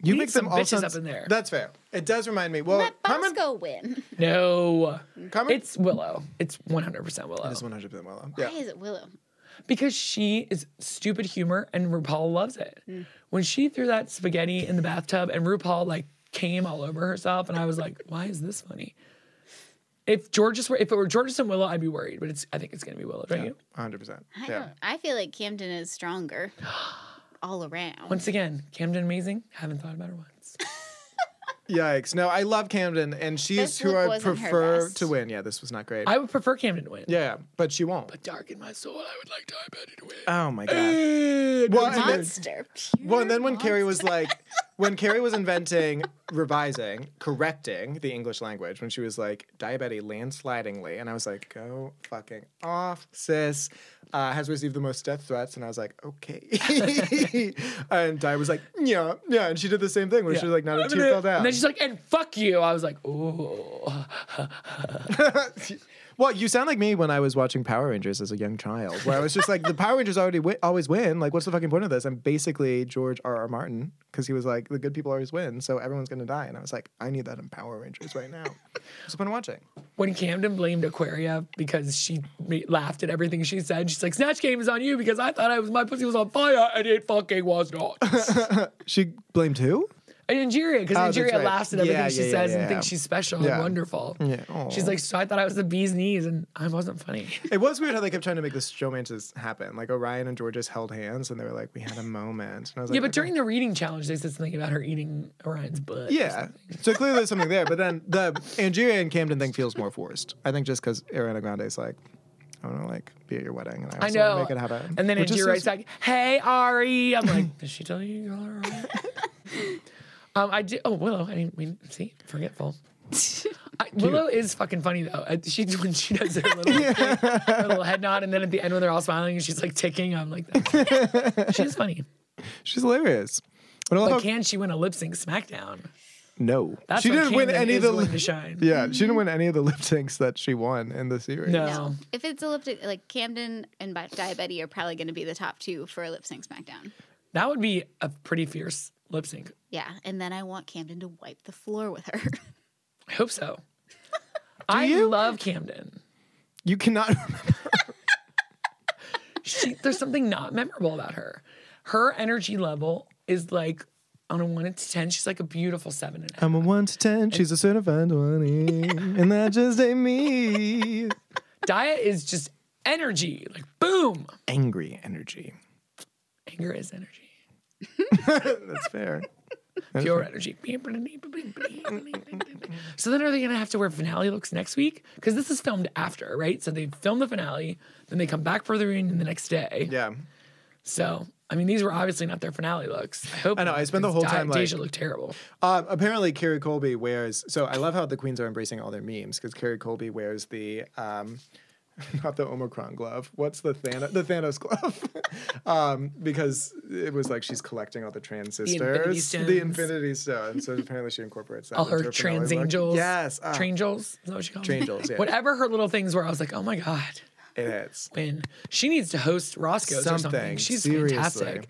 Speaker 1: you
Speaker 3: need
Speaker 1: make them
Speaker 3: some
Speaker 1: all
Speaker 3: bitches
Speaker 1: sound-
Speaker 3: up in there.
Speaker 1: That's fair. It does remind me. Well,
Speaker 4: Let Bosco win.
Speaker 3: No.
Speaker 1: Carmen,
Speaker 3: It's Willow. It's 100% Willow.
Speaker 1: It's 100 percent well.
Speaker 4: Why
Speaker 1: Yeah.
Speaker 4: is it Willow?
Speaker 3: Because she is stupid humor and RuPaul loves it. When she threw that spaghetti in the bathtub and RuPaul like came all over herself and I was like, why is this funny? If Georges were if it were Georges and Willow, I'd be worried, but it's I think it's gonna be Willow, don't you?
Speaker 1: 100. percent
Speaker 4: I
Speaker 1: Yeah.
Speaker 4: don't. I feel like Camden is stronger all around.
Speaker 3: Once again, Camden amazing. Haven't thought about her once.
Speaker 1: Yikes! No, I love Camden, and she's
Speaker 4: This
Speaker 1: who
Speaker 4: look
Speaker 1: I
Speaker 4: wasn't her
Speaker 1: prefer
Speaker 4: best.
Speaker 1: to win. Yeah, this was not great.
Speaker 3: I would prefer Camden to win.
Speaker 1: yeah, but she won't.
Speaker 3: dark in my soul, I would like to have Betty to win.
Speaker 1: oh my god! Well, and then-
Speaker 4: Monster. Pure
Speaker 1: Well, and then when
Speaker 4: monster.
Speaker 1: Carrie was like, when Carrie was inventing, revising, correcting the English language, when she was like, diabetic landslidingly, and I was like, go fucking off, sis. Uh, has received the most death threats, and I was like, okay. and Di was like, yeah, yeah, and she did the same thing where she was like, not a tear fell down.
Speaker 3: And then she's like, and fuck you. I was like, oh.
Speaker 1: Well, you sound like me when I was watching Power Rangers as a young child, where I was just like, the Power Rangers already wi- always win. Like, what's the fucking point of this? I'm basically George R. R. Martin because he was like, the good people always win, so everyone's gonna die. And I was like, I need that in Power Rangers right now. What's the point of watching?
Speaker 3: When Camden blamed Aquaria because she ma- laughed at everything she said, she's like, Snatch Game is on you because I thought I was my pussy was on fire and it fucking was not.
Speaker 1: She blamed who?
Speaker 3: and Nigeria, because
Speaker 1: Oh, that's
Speaker 3: Nigeria
Speaker 1: right.
Speaker 3: laughs at everything
Speaker 1: Yeah,
Speaker 3: she
Speaker 1: yeah, yeah,
Speaker 3: says
Speaker 1: yeah.
Speaker 3: and thinks she's special
Speaker 1: Yeah.
Speaker 3: and wonderful.
Speaker 1: Yeah.
Speaker 3: She's
Speaker 1: Aw.
Speaker 3: like, so I thought I was the bee's knees and I wasn't funny.
Speaker 1: It was weird how they kept trying to make this showmances happen. Like Orion and George just held hands, and they were like, we had a moment. And I was like,
Speaker 3: yeah, but
Speaker 1: okay.
Speaker 3: during the reading challenge, they said something about her eating Orion's butt. or
Speaker 1: Yeah. So clearly there's something there. But then the Angeria and Camden thing feels more forced. I think just because Ariana Grande's like, I want to like be at your wedding and I,
Speaker 3: I
Speaker 1: also
Speaker 3: know.
Speaker 1: wanna make it happen.
Speaker 3: And then
Speaker 1: Which
Speaker 3: Angie
Speaker 1: is-
Speaker 3: writes back, "Hey Ari," I'm like, "Did she tell you you all right?" um, I did. Oh Willow, I didn't mean see forgetful. I, Willow is fucking funny though. Uh, She when she does her little, her little head nod, and then at the end when they're all smiling and she's like ticking, I'm like, "That's- she's funny.
Speaker 1: She's hilarious. And although,
Speaker 3: But can she win a lip sync SmackDown?
Speaker 1: no,
Speaker 3: That's
Speaker 1: she
Speaker 3: when
Speaker 1: didn't win
Speaker 3: Camden
Speaker 1: any of
Speaker 3: is
Speaker 1: the.
Speaker 3: willing
Speaker 1: lip-
Speaker 3: to shine.
Speaker 1: yeah, she didn't win any of the lip syncs that she won in the series.
Speaker 3: No.
Speaker 4: No, if it's elliptic, like Camden and Bi- Diabetti are probably going to be the top two for lip sync SmackDown.
Speaker 3: That would be a pretty fierce lip sync.
Speaker 4: Yeah, and then I want Camden to wipe the floor with her.
Speaker 3: I hope so. I
Speaker 1: you?
Speaker 3: love Camden.
Speaker 1: You cannot.
Speaker 3: she, there's something not memorable about her. Her energy level is like on a one to ten, she's like a beautiful seven and a half.
Speaker 1: I'm a one to ten. She's a certified twenty, and that just ain't me.
Speaker 3: Diet is just energy, like boom.
Speaker 1: Angry energy.
Speaker 3: Anger is energy,
Speaker 1: That's fair.
Speaker 3: pure energy. So then, are they gonna have to wear finale looks next week? Because this is filmed after, right? So they film the finale, then they come back for the reunion the next day.
Speaker 1: Yeah.
Speaker 3: So. I mean, these were obviously not their finale looks. I hope.
Speaker 1: I know,
Speaker 3: not,
Speaker 1: I spent the
Speaker 3: because
Speaker 1: whole
Speaker 3: Di-
Speaker 1: time, like-
Speaker 3: Deja looked terrible.
Speaker 1: Um, apparently, Carrie Colby wears. So I love how the queens are embracing all their memes because Carrie Colby wears the um, not the Omicron glove. What's the Thanos? The Thanos glove. um, because it was like she's collecting all the trans sisters,
Speaker 3: Infinity
Speaker 1: The
Speaker 3: Stones.
Speaker 1: Infinity Stone. So apparently, she incorporates that.
Speaker 3: All her
Speaker 1: into finale
Speaker 3: trans
Speaker 1: look.
Speaker 3: angels.
Speaker 1: Yes. Uh,
Speaker 3: Trangels. Is that what you call them?
Speaker 1: Trangels, yeah.
Speaker 3: Whatever her little things were, I was like, oh my God,
Speaker 1: it hits.
Speaker 3: when she needs to host Roscoe's or
Speaker 1: Something,
Speaker 3: something. She's
Speaker 1: seriously.
Speaker 3: fantastic.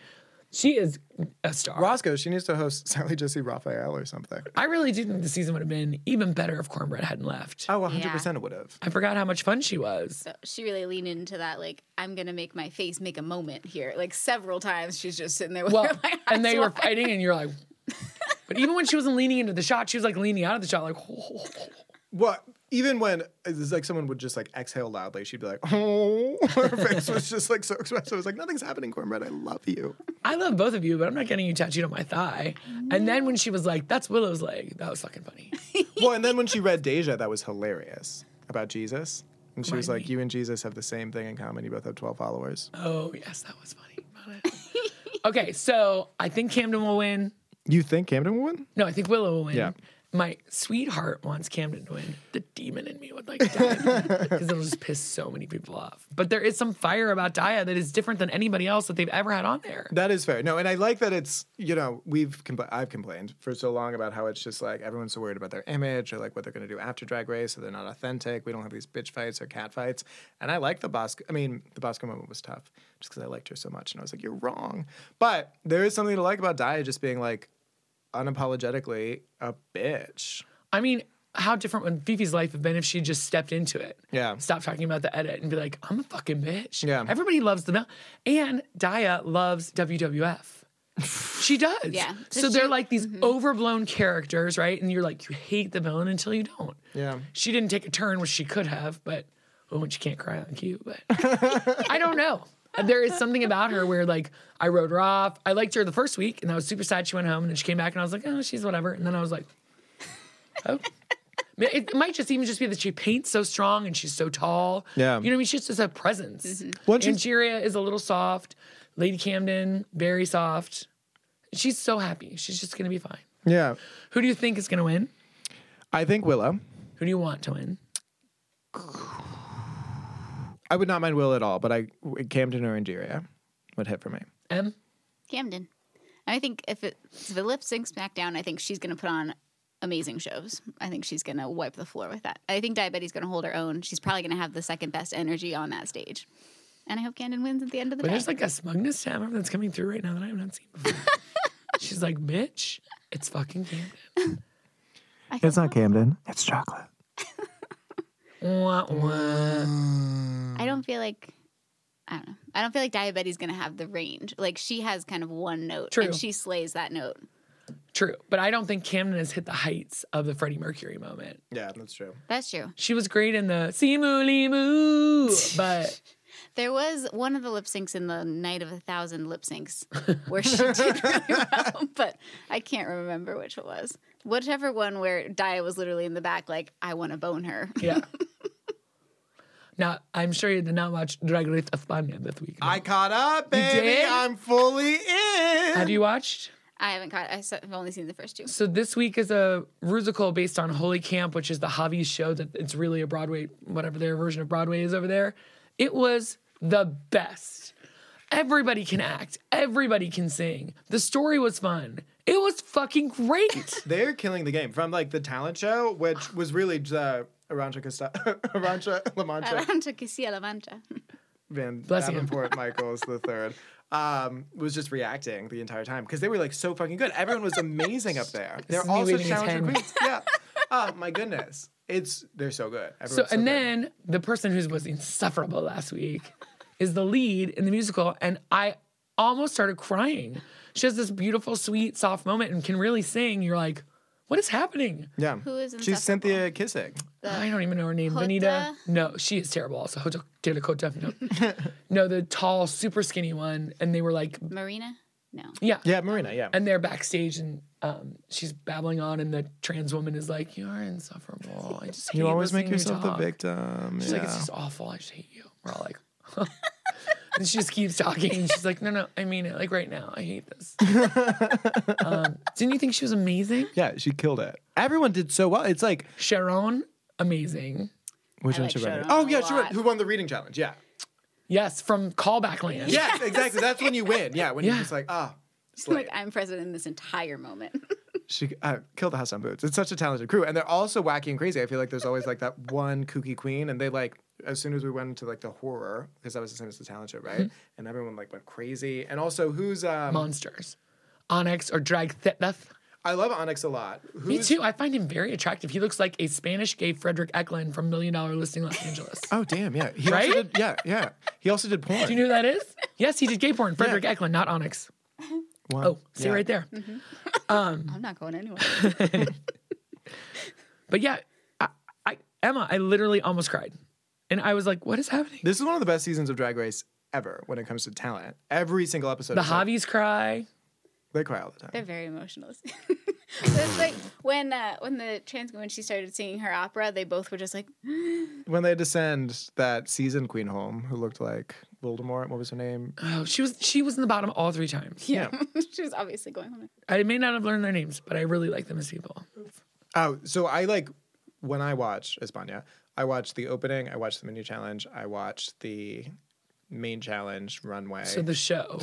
Speaker 3: She is a star.
Speaker 1: Roscoe. She needs to host Sally Jesse Raphael or something.
Speaker 3: I really do think the season would have been even better if Cornbread hadn't left.
Speaker 1: Oh, 100 percent would have.
Speaker 3: I forgot how much fun she was.
Speaker 4: so she really leaned into that, like I'm going to make my face make a moment here. Like several times, she's just sitting there with
Speaker 3: Well,
Speaker 4: her. like,
Speaker 3: and they
Speaker 4: eyes
Speaker 3: were
Speaker 4: wide.
Speaker 3: fighting, and you're like, but even when she wasn't leaning into the shot, she was like leaning out of the shot, like,
Speaker 1: Well, even when it's like someone would just like exhale loudly, she'd be like, "Oh," her face was just like so expressive. It was like nothing's happening, Cornbread. I love you.
Speaker 3: I love both of you, but I'm not getting you tattooed on my thigh. And then when she was like, that's Willow's leg, that was fucking funny.
Speaker 1: Well, and then when she read Deja, that was hilarious about Jesus, and she was
Speaker 3: Remind
Speaker 1: like,
Speaker 3: me.
Speaker 1: "You and Jesus have the same thing in common. You both have twelve followers."
Speaker 3: Oh, yes, that was funny. Got it. okay, so I think Camden will win.
Speaker 1: You think Camden will win?
Speaker 3: No, I think Willow will win.
Speaker 1: Yeah.
Speaker 3: My sweetheart wants Camden to win. The demon in me would like Daya because it'll just piss so many people off. But there is some fire about Daya that is different than anybody else that they've ever had on there.
Speaker 1: That is fair. No, and I like that it's you know we've compl- I've complained for so long about how it's just like everyone's so worried about their image or like what they're going to do after Drag Race, so they're not authentic. We don't have these bitch fights or cat fights, and I like the Bosco. I mean, the Bosco moment was tough just because I liked her so much, and I was like, you're wrong. But there is something to like about Dia just being like unapologetically a bitch.
Speaker 3: I mean, how different would Fifi's life have been if she just stepped into it?
Speaker 1: Yeah.
Speaker 3: Stop talking about the edit and be like, I'm a fucking bitch.
Speaker 1: Yeah.
Speaker 3: Everybody loves the mel. And Daya loves WWF. she does.
Speaker 4: Yeah.
Speaker 3: So,
Speaker 4: So
Speaker 3: they're
Speaker 4: she- Mm-hmm.
Speaker 3: like these overblown characters, right? And you're like, you hate the villain until you don't.
Speaker 1: Yeah.
Speaker 3: She didn't take a turn, which she could have, but oh, and she can't cry on cue. But I don't know. There is something about her where like I wrote her off. I liked her the first week, and I was super sad she went home, and then she came back, and I was like, oh, she's whatever. And then I was like, oh. I mean, It might just even just be that she paints so strong and she's so tall.
Speaker 1: Yeah.
Speaker 3: You know what I mean? She's just a presence.
Speaker 1: Well, she's-
Speaker 3: Angeria is a little soft. Lady Camden, very soft. She's so happy. She's just going to be fine.
Speaker 1: Yeah,
Speaker 3: Who do you think is going to win?
Speaker 1: I think Willow.
Speaker 3: Who do you want to win?
Speaker 1: I would not mind Will at all, but I Camden or Angeria would hit for me.
Speaker 3: M?
Speaker 4: Camden. I think if it if it lip syncs back down, I think she's going to put on amazing shows. I think she's going to wipe the floor with that. I think Diabetes going to hold her own. She's probably going to have the second best energy on that stage. And I hope Camden wins at the end of the
Speaker 3: But
Speaker 4: day.
Speaker 3: there's like a smugness to Emma that's coming through right now that I have not seen before. She's like, bitch, it's fucking Camden.
Speaker 4: I hope-
Speaker 1: It's not Camden. It's chocolate.
Speaker 3: Wah, wah.
Speaker 4: I don't feel like I don't know. I don't feel like Diabetes going to have the range. Like she has kind of one note,
Speaker 3: True.
Speaker 4: and she slays that note.
Speaker 3: True. But I don't think Camden has hit the heights of the Freddie Mercury moment.
Speaker 1: Yeah, that's true.
Speaker 4: That's true.
Speaker 3: She was great in the Simu Limu, but
Speaker 4: There was one of the lip syncs in the night of a thousand lip syncs where she did really well, but I can't remember which it was. Whichever one where Dia was literally in the back, like, I want to bone her.
Speaker 3: yeah. now, I'm sure you did not watch Drag Race España this week.
Speaker 1: I caught up, baby.
Speaker 3: did?
Speaker 1: I'm fully in.
Speaker 3: Have you watched?
Speaker 4: I haven't caught, I saw- I've only seen the first two.
Speaker 3: So this week is a musical based on Holy Camp, which is the Javi's show that it's really a Broadway, whatever their version of Broadway is over there. It was the best. Everybody can act. Everybody can sing. The story was fun. It was fucking great.
Speaker 1: They're killing the game from like the talent show, which was really the Arancha Costa, Arancha La Mancha
Speaker 4: Atlanta, que sí, la mancha.
Speaker 1: Van
Speaker 3: Bless you.
Speaker 1: Davenport Michaels the third. Um, was just reacting the entire time because they were like so fucking good. Everyone was amazing up there. They're
Speaker 3: is
Speaker 1: all
Speaker 3: me
Speaker 1: such
Speaker 3: rating a
Speaker 1: talented
Speaker 3: 10.
Speaker 1: queens. Yeah. Oh my goodness. It's they're so good. Everyone's
Speaker 3: so
Speaker 1: so
Speaker 3: and
Speaker 1: good.
Speaker 3: then the person who was insufferable last week is the lead in the musical, and I almost started crying. She has this beautiful, sweet, soft moment and can really sing. You're like, what is happening?
Speaker 1: yeah,
Speaker 4: Who is
Speaker 1: she's
Speaker 4: insufferable?
Speaker 1: Cynthia Kissick.
Speaker 3: I don't even know her name.
Speaker 4: Hoda?
Speaker 3: Benita. No, she is terrible. Also, Hoda Taylor Cota. No. no, the tall, super skinny one. And they were like,
Speaker 4: Marina? No.
Speaker 3: yeah.
Speaker 1: Yeah, Marina. Yeah,
Speaker 3: And they're backstage, and um, she's babbling on, and the trans woman is like, "You're insufferable. I just hate
Speaker 1: you always make
Speaker 3: listening to you
Speaker 1: yourself the
Speaker 3: talk."
Speaker 1: victim.
Speaker 3: She's
Speaker 1: yeah.
Speaker 3: like, "It's just awful. I just hate you." We're all like, and she just keeps talking. And she's like, "No, no, I mean it. Like right now, I hate this." um, didn't you think she was amazing,
Speaker 1: yeah, she killed it. Everyone did so well. It's like
Speaker 3: Sharon? Amazing.
Speaker 1: which
Speaker 4: I
Speaker 1: one
Speaker 4: like
Speaker 1: should I?
Speaker 4: Sharon
Speaker 1: Oh
Speaker 4: a
Speaker 1: yeah, Sharon,
Speaker 4: lot.
Speaker 1: who won the reading challenge? Yeah.
Speaker 3: Yes, from callback land.
Speaker 1: Yes, exactly. That's when you win. Yeah, when you're
Speaker 3: Yeah.
Speaker 1: just like, ah, slay.
Speaker 4: Like, I'm present in this entire moment.
Speaker 1: she uh, killed the house on boots. It's such a talented crew, and they're all so wacky and crazy. I feel like there's always like that one kooky queen, and they like as soon as we went into like the horror because that was the same as the talent show, right? Mm-hmm. and everyone like went crazy. And also, who's um,
Speaker 3: monsters. Onyx or Drag Theth.
Speaker 1: I love Onyx a lot. Who's,
Speaker 3: Me too. I find him very attractive. He looks like a Spanish gay Frederick Eklund from Million Dollar Listing Los Angeles.
Speaker 1: Oh damn, yeah, he
Speaker 3: Right?
Speaker 1: Also did, yeah, yeah. He also did porn.
Speaker 3: Do you know who that is? Yes, he did gay porn. Frederick Eklund, not Onyx.
Speaker 1: Wow.
Speaker 3: Oh, see
Speaker 1: Yeah. Mm-hmm.
Speaker 3: right there.
Speaker 4: I'm not going anywhere.
Speaker 3: But yeah, I, I, Emma, I literally almost cried. And I was like, what is happening?
Speaker 1: This is one of the best seasons of Drag Race ever when it comes to talent. Every single episode.
Speaker 3: The
Speaker 1: is like-
Speaker 3: Javis cry.
Speaker 1: They cry all the time.
Speaker 4: They're very emotional. That's like when uh, when the trans when she started singing her opera, they both were just like,
Speaker 1: When they had to send that seasoned Queen home who looked like Voldemort, what was her name?
Speaker 3: Oh, she was she was in the bottom all three times.
Speaker 1: Yeah.
Speaker 4: she was obviously going home.
Speaker 3: I may not have learned their names, but I really like them as people.
Speaker 1: Oh, so I like when I watch Espana, I watch the opening, I watch the mini challenge, I watch the main challenge runway.
Speaker 3: So the show.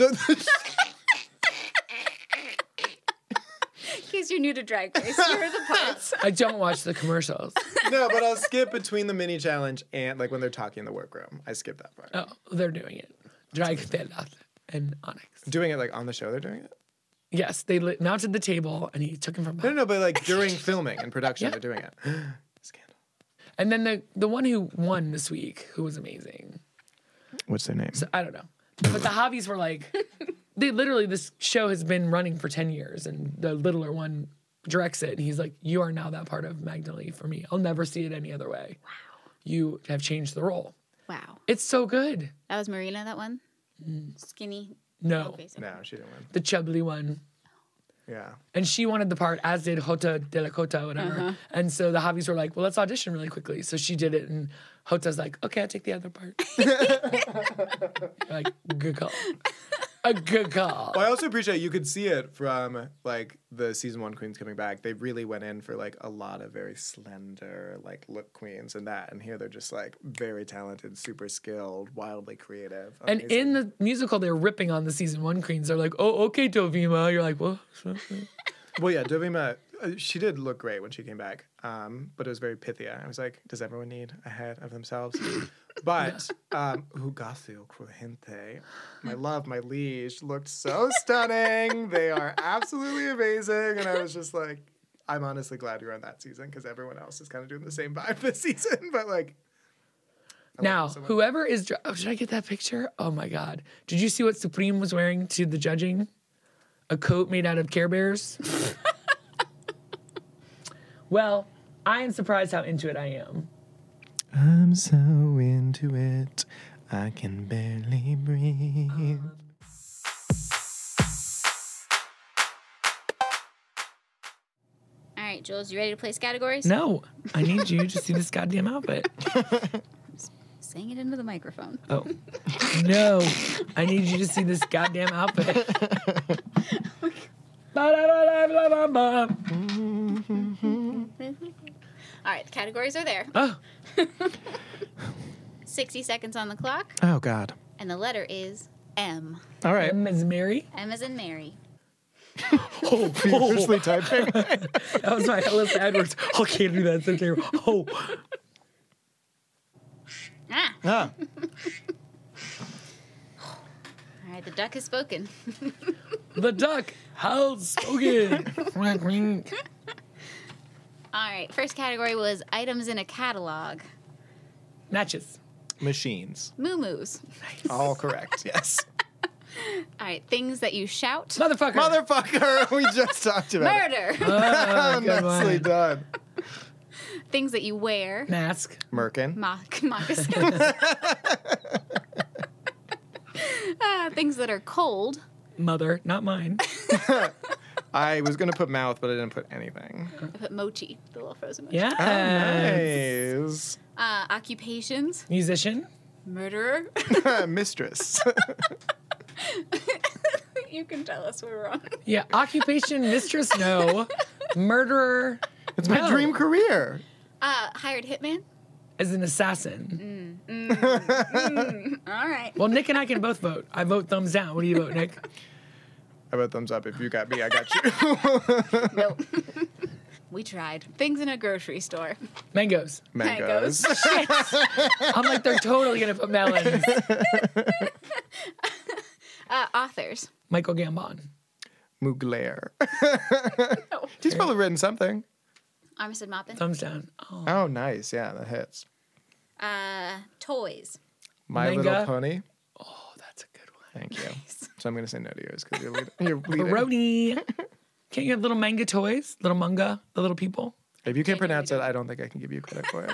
Speaker 4: In case you're new to Drag Race, here are the parts.
Speaker 3: I don't watch the commercials.
Speaker 1: no, but I'll skip between the mini challenge and like when they're talking in the workroom. I skip that part.
Speaker 3: Oh, they're doing it. Dragstella and Onyx.
Speaker 1: Doing it like on the show, they're doing it.
Speaker 3: Yes, they li- mounted the table and he took him from
Speaker 1: No,
Speaker 3: behind.
Speaker 1: no, no, but like during filming and production,
Speaker 3: Yeah.
Speaker 1: they're doing it. Scandal.
Speaker 3: And then the the one who won this week, who was amazing.
Speaker 1: What's their name?
Speaker 3: So, I don't know. But the hobbies were like, they literally, this show has been running for 10 years and the littler one directs it. And he's like, You are now that part of Magdalene for me. I'll never see it any other way. Wow. You have changed the role.
Speaker 4: Wow,
Speaker 3: It's so good.
Speaker 4: that was Marina. That one, skinny.
Speaker 3: Mm. No,
Speaker 4: face.
Speaker 1: No, she didn't win.
Speaker 3: the chubbly one.
Speaker 1: Yeah.
Speaker 3: And she wanted the part, as did Hota de la Cota, whatever. And so the hobbies were like, Well, let's audition really quickly. So she did it. And Hota's like, Okay, I'll take the other part. like, good call. A good call.
Speaker 1: Well, I also appreciate you could see it from like the season one queens coming back. They really went in for like a lot of very slender like look queens and that, and here they're just like very talented, super skilled, wildly creative.
Speaker 3: And in the musical, they're ripping on the season one queens. They're like, "Oh, okay, Dovima." You're like, "What?"
Speaker 1: well, yeah, Dovima, uh, she did look great when she came back, um, but it was very Pythia. I was like, does everyone need a head of themselves? But um, Hugasio Cruente, my love, my liege, looked so stunning. they are absolutely amazing, and I was just like, I'm honestly glad you're on that season because everyone else is kind of doing the same vibe this season. But like, I love
Speaker 3: Now,
Speaker 1: them so much.
Speaker 3: whoever is, dr- oh, did I get that picture? Oh my god! Did you see what Supreme was wearing to the judging? A coat made out of Care Bears. well, I am surprised how into it I am.
Speaker 1: I'm so into it, I can barely breathe.
Speaker 4: All right, Jules, you ready to place categories?
Speaker 3: No, I need you to see this goddamn outfit.
Speaker 4: Saying it into the microphone.
Speaker 3: Oh no, I need you to see this goddamn outfit. Ba-da-ba-da-ba-ba-ba.
Speaker 4: All right, the categories are there.
Speaker 3: Oh.
Speaker 4: 60 seconds on the clock,
Speaker 1: Oh God!
Speaker 4: and the letter is M.
Speaker 1: All right,
Speaker 3: M is Mary.
Speaker 4: M as in Mary.
Speaker 1: furiously typing.
Speaker 3: That was my Ellis Edwards. Oh, can't do that. It's terrible. Oh,
Speaker 4: Ah,
Speaker 1: Ah.
Speaker 4: all right, the duck has spoken.
Speaker 3: the duck howls spoken.
Speaker 4: All right, first category was items in a catalog.
Speaker 3: Matches.
Speaker 1: Machines.
Speaker 4: Moo-moos.
Speaker 1: All correct. Yes.
Speaker 4: All right, things that you shout.
Speaker 3: Motherfucker.
Speaker 1: Motherfucker, we just talked about it.
Speaker 4: Murder.
Speaker 3: Oh, good
Speaker 1: Nicely
Speaker 3: one.
Speaker 1: done.
Speaker 4: things that you wear.
Speaker 3: Mask.
Speaker 1: Merkin.
Speaker 4: Mock- moccasins. ah, things that are cold.
Speaker 3: Mother, not mine.
Speaker 1: I was gonna put mouth, but I didn't put anything.
Speaker 4: I put mochi, the little frozen mochi.
Speaker 3: Yeah.
Speaker 1: Oh, Nice.
Speaker 4: Uh, occupations.
Speaker 3: Musician.
Speaker 4: Murderer.
Speaker 1: Mistress.
Speaker 4: you can tell us we're wrong.
Speaker 3: Yeah. Occupation. Mistress. No. Murderer.
Speaker 1: It's my
Speaker 3: No.
Speaker 1: dream career.
Speaker 4: Uh, hired hitman.
Speaker 3: As an assassin.
Speaker 4: All right.
Speaker 3: Well, Nick and I can both vote. I vote thumbs down. What do you vote, Nick?
Speaker 1: I bet thumbs up if you got me, I got you.
Speaker 4: Nope. we tried. Things in a grocery store.
Speaker 3: Mangoes.
Speaker 1: Mangoes.
Speaker 3: I'm like, they're totally gonna put melons.
Speaker 4: Uh, authors.
Speaker 3: Michael Gambon.
Speaker 1: Mugler. He's probably written something.
Speaker 4: Armistead Maupin.
Speaker 3: Thumbs down. Oh.
Speaker 1: Oh, nice. Yeah, that hits.
Speaker 4: Uh, toys.
Speaker 1: My
Speaker 3: Manga.
Speaker 1: Little Pony.
Speaker 3: Oh, that's a good one.
Speaker 1: Thank you. So I'm gonna say no to yours because you're, lead- you're leading.
Speaker 3: Baroni. Can't you have little manga toys? Little manga, the little people?
Speaker 1: If you can't pronounce it, I don't think I can give you credit for it.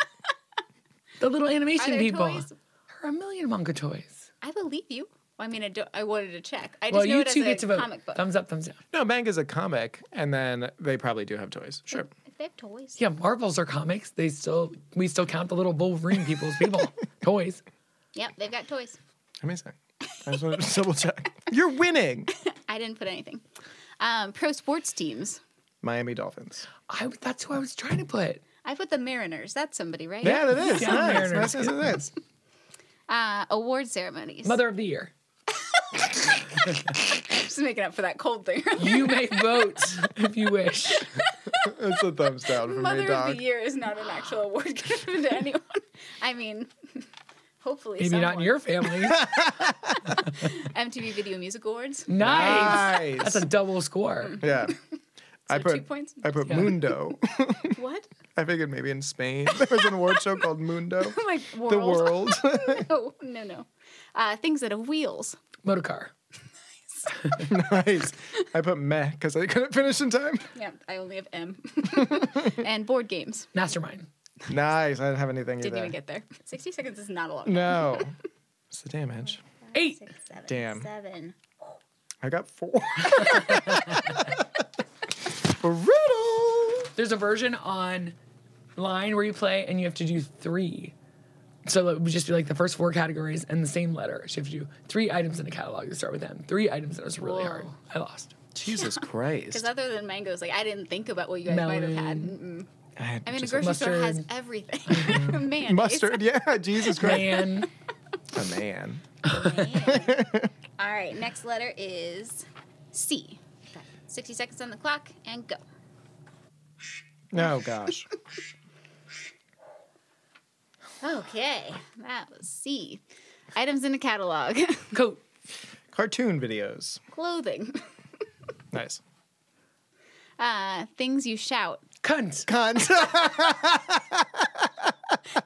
Speaker 3: The little
Speaker 4: Are
Speaker 3: animation
Speaker 4: there
Speaker 3: people.
Speaker 4: toys?
Speaker 3: There are a million manga toys.
Speaker 4: I believe you. Well, I mean, I, don't, I wanted to check. I just
Speaker 3: Well,
Speaker 4: know
Speaker 3: you
Speaker 4: it as
Speaker 3: two
Speaker 4: a
Speaker 3: get to vote.
Speaker 4: comic book.
Speaker 3: Thumbs up, thumbs down.
Speaker 1: No, manga's a comic, and then they probably do have toys. Sure.
Speaker 4: If they have toys.
Speaker 3: Yeah, Marvels are comics. They still we still count the little Wolverine people as people. toys.
Speaker 4: Yep, they've got toys.
Speaker 1: Amazing. I just wanted to double check. You're winning,
Speaker 4: I didn't put anything. Um, pro sports teams.
Speaker 1: Miami Dolphins.
Speaker 3: I that's who I was trying to put.
Speaker 4: I put the Mariners. That's somebody, right?
Speaker 1: Yeah, that is
Speaker 3: Yeah,
Speaker 1: nice.
Speaker 3: Mariners.
Speaker 1: Nice, nice, nice, nice.
Speaker 4: Uh, award ceremonies.
Speaker 3: Mother of the year.
Speaker 4: Just making up for that cold thing.
Speaker 3: You may vote if you wish.
Speaker 1: It's a thumbs down from
Speaker 4: Mother
Speaker 1: your dog.
Speaker 4: of the Year is not an actual award given to anyone. I mean, hopefully,
Speaker 3: Maybe not in
Speaker 4: someone.
Speaker 3: your family.
Speaker 4: MTV Video Music Awards.
Speaker 3: nice.
Speaker 1: Nice.
Speaker 3: That's a double score.
Speaker 1: yeah. I
Speaker 4: two
Speaker 1: put
Speaker 4: points?
Speaker 1: I put
Speaker 3: Yeah.
Speaker 1: Mundo.
Speaker 4: What?
Speaker 1: I figured maybe in Spain there was an award show called Mundo.
Speaker 4: Like world.
Speaker 1: The world.
Speaker 4: No, no, no. Uh, things that have wheels.
Speaker 3: Motorcar.
Speaker 1: nice. I put meh because I couldn't finish in time.
Speaker 4: Yeah, I only have M. and board games.
Speaker 3: Mastermind.
Speaker 1: Nice. I didn't have anything
Speaker 4: Didn't
Speaker 1: either.
Speaker 4: even get there. Sixty seconds is not a lot.
Speaker 1: no. It's the damage.
Speaker 3: Eight.
Speaker 4: Six, seven,
Speaker 1: Damn.
Speaker 4: Seven.
Speaker 1: I got four. Brutal.
Speaker 3: There's a version online where you play and you have to do three. So it would just be like the first four categories and the same letter. So you have to do three items in a catalog to start with them. Three items and it was really hard.
Speaker 4: Whoa.
Speaker 3: I lost.
Speaker 1: Jesus
Speaker 4: Because
Speaker 1: Christ.
Speaker 4: other than mangoes, like I didn't think about what you guys might have had. Mm-mm.
Speaker 1: I,
Speaker 4: I mean, a
Speaker 1: just-
Speaker 4: grocery store has
Speaker 3: mustard.
Speaker 4: everything. Man,
Speaker 1: mustard. Yeah. Jesus Christ.
Speaker 3: Man.
Speaker 1: A man.
Speaker 4: All right, next letter is C. 60 seconds on the clock and go.
Speaker 1: Oh gosh.
Speaker 4: Okay, that was C. Items in a catalog
Speaker 3: Coat.
Speaker 1: Cartoon videos.
Speaker 4: clothing,
Speaker 1: Nice.
Speaker 4: uh, things you shout,
Speaker 3: Cunt.
Speaker 1: Cunt.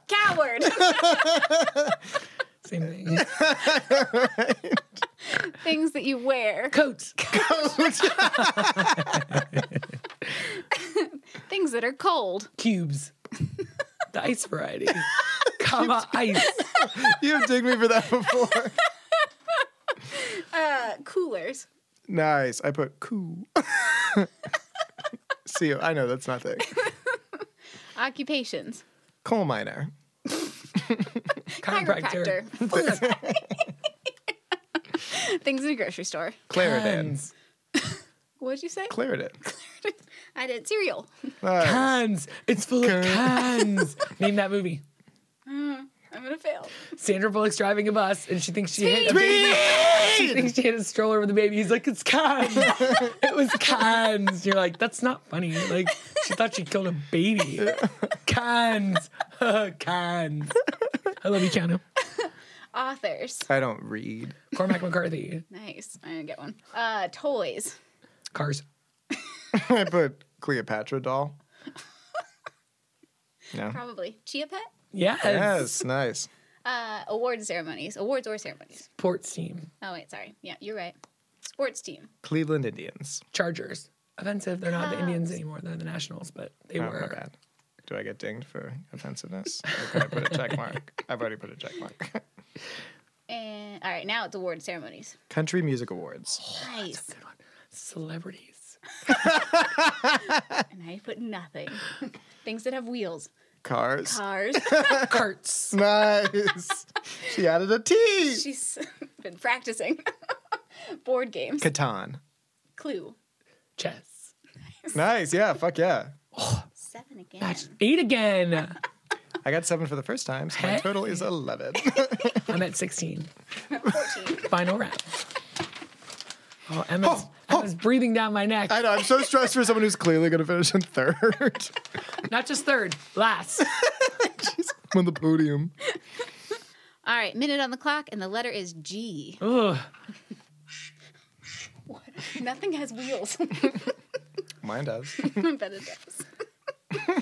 Speaker 4: coward,
Speaker 3: Same thing.
Speaker 4: things that you wear,
Speaker 3: Coat.
Speaker 4: things that are cold,
Speaker 3: Cubes. The ice variety. Comma ice.
Speaker 1: You've digged me for that before.
Speaker 4: uh, coolers,
Speaker 1: Nice. I put cool. See you. I know that's nothing.
Speaker 4: occupations,
Speaker 1: Coal miner.
Speaker 3: Chiropractor.
Speaker 4: things in a grocery store.
Speaker 1: Claritin.
Speaker 3: Cans.
Speaker 4: What'd you say?
Speaker 1: Claritin.
Speaker 4: I did cereal.
Speaker 1: Nice.
Speaker 3: Cans. It's full of cans. Name that movie.
Speaker 4: I'm gonna fail.
Speaker 3: Sandra Bullock's driving a bus and she thinks she hit a
Speaker 4: Speed.
Speaker 3: baby. She thinks she hit a stroller with a baby. He's like, it's cans. it was cans. You're like, that's not funny. Like, she thought she killed a baby. Cans. cans. I love you, Keanu.
Speaker 4: Authors.
Speaker 1: I don't read.
Speaker 3: Cormac McCarthy.
Speaker 4: Nice. I'm gonna get one. Uh, toys.
Speaker 3: Cars.
Speaker 1: I put Cleopatra doll. No.
Speaker 4: Probably. Chia pet?
Speaker 3: Yes.
Speaker 1: Yes. Nice.
Speaker 4: Uh, award ceremonies. Awards or ceremonies.
Speaker 3: Sports team.
Speaker 4: Oh, wait, sorry. Yeah, you're right. Sports team.
Speaker 1: Cleveland Indians.
Speaker 3: Chargers. Offensive. They're not the Indians anymore. They're the Nationals, but they
Speaker 1: Oh, my
Speaker 3: were.
Speaker 1: bad. Do I get dinged for offensiveness? Or can I put a check mark? I've already put a check mark.
Speaker 4: And all right, now it's award ceremonies.
Speaker 1: Country Music Awards.
Speaker 4: Nice.
Speaker 3: Celebrities.
Speaker 4: And I put nothing. Things that have wheels.
Speaker 1: Cars.
Speaker 4: Cars.
Speaker 3: Carts.
Speaker 1: Nice. she added a T.
Speaker 4: She's been practicing. Board games.
Speaker 1: Catan.
Speaker 4: Clue.
Speaker 3: Chess.
Speaker 1: Nice. Yeah. Fuck yeah.
Speaker 4: Seven again.
Speaker 3: Match. Eight again.
Speaker 1: I got seven for the first time, so my
Speaker 3: Hey.
Speaker 1: total is 11.
Speaker 3: I'm at 16.
Speaker 4: Fourteen.
Speaker 3: Final round. Oh, Emma's, Emma's breathing down my neck.
Speaker 1: I know. I'm so stressed for someone who's clearly going to finish in third
Speaker 3: Not just third, last.
Speaker 1: I'm on the podium.
Speaker 4: All right, minute on the clock, and the letter is G.
Speaker 3: Ugh.
Speaker 4: What? Nothing has wheels.
Speaker 1: Mine does.
Speaker 4: I bet it does.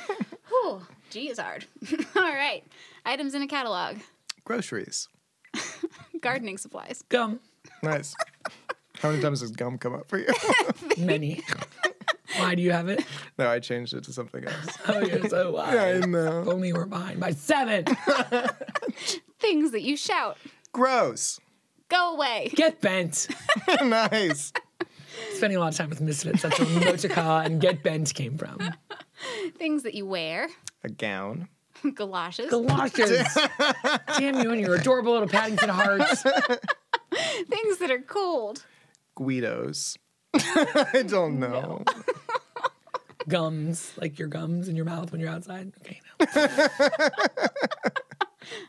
Speaker 4: Whew, G is hard. All right, items in a catalog.
Speaker 1: Groceries.
Speaker 4: Gardening supplies.
Speaker 3: Gum.
Speaker 1: Nice. How many times does gum come up for you?
Speaker 3: Many. Why do you have it?
Speaker 1: No, I changed it to something else.
Speaker 3: Oh, you're so wise.
Speaker 1: I know.
Speaker 3: Only we're behind by seven.
Speaker 4: Things that you shout.
Speaker 1: Gross.
Speaker 4: Go away.
Speaker 3: Get bent.
Speaker 1: nice.
Speaker 3: Spending a lot of time with misfits. That's where Mochika and Get Bent came from.
Speaker 4: Things that you wear.
Speaker 1: A gown.
Speaker 4: Galoshes.
Speaker 3: Galoshes. Damn you and your adorable little Paddington hearts.
Speaker 4: Things that are cold.
Speaker 1: Guidos. I don't know.
Speaker 3: Gums, like your gums in your mouth when you're outside. Okay, no.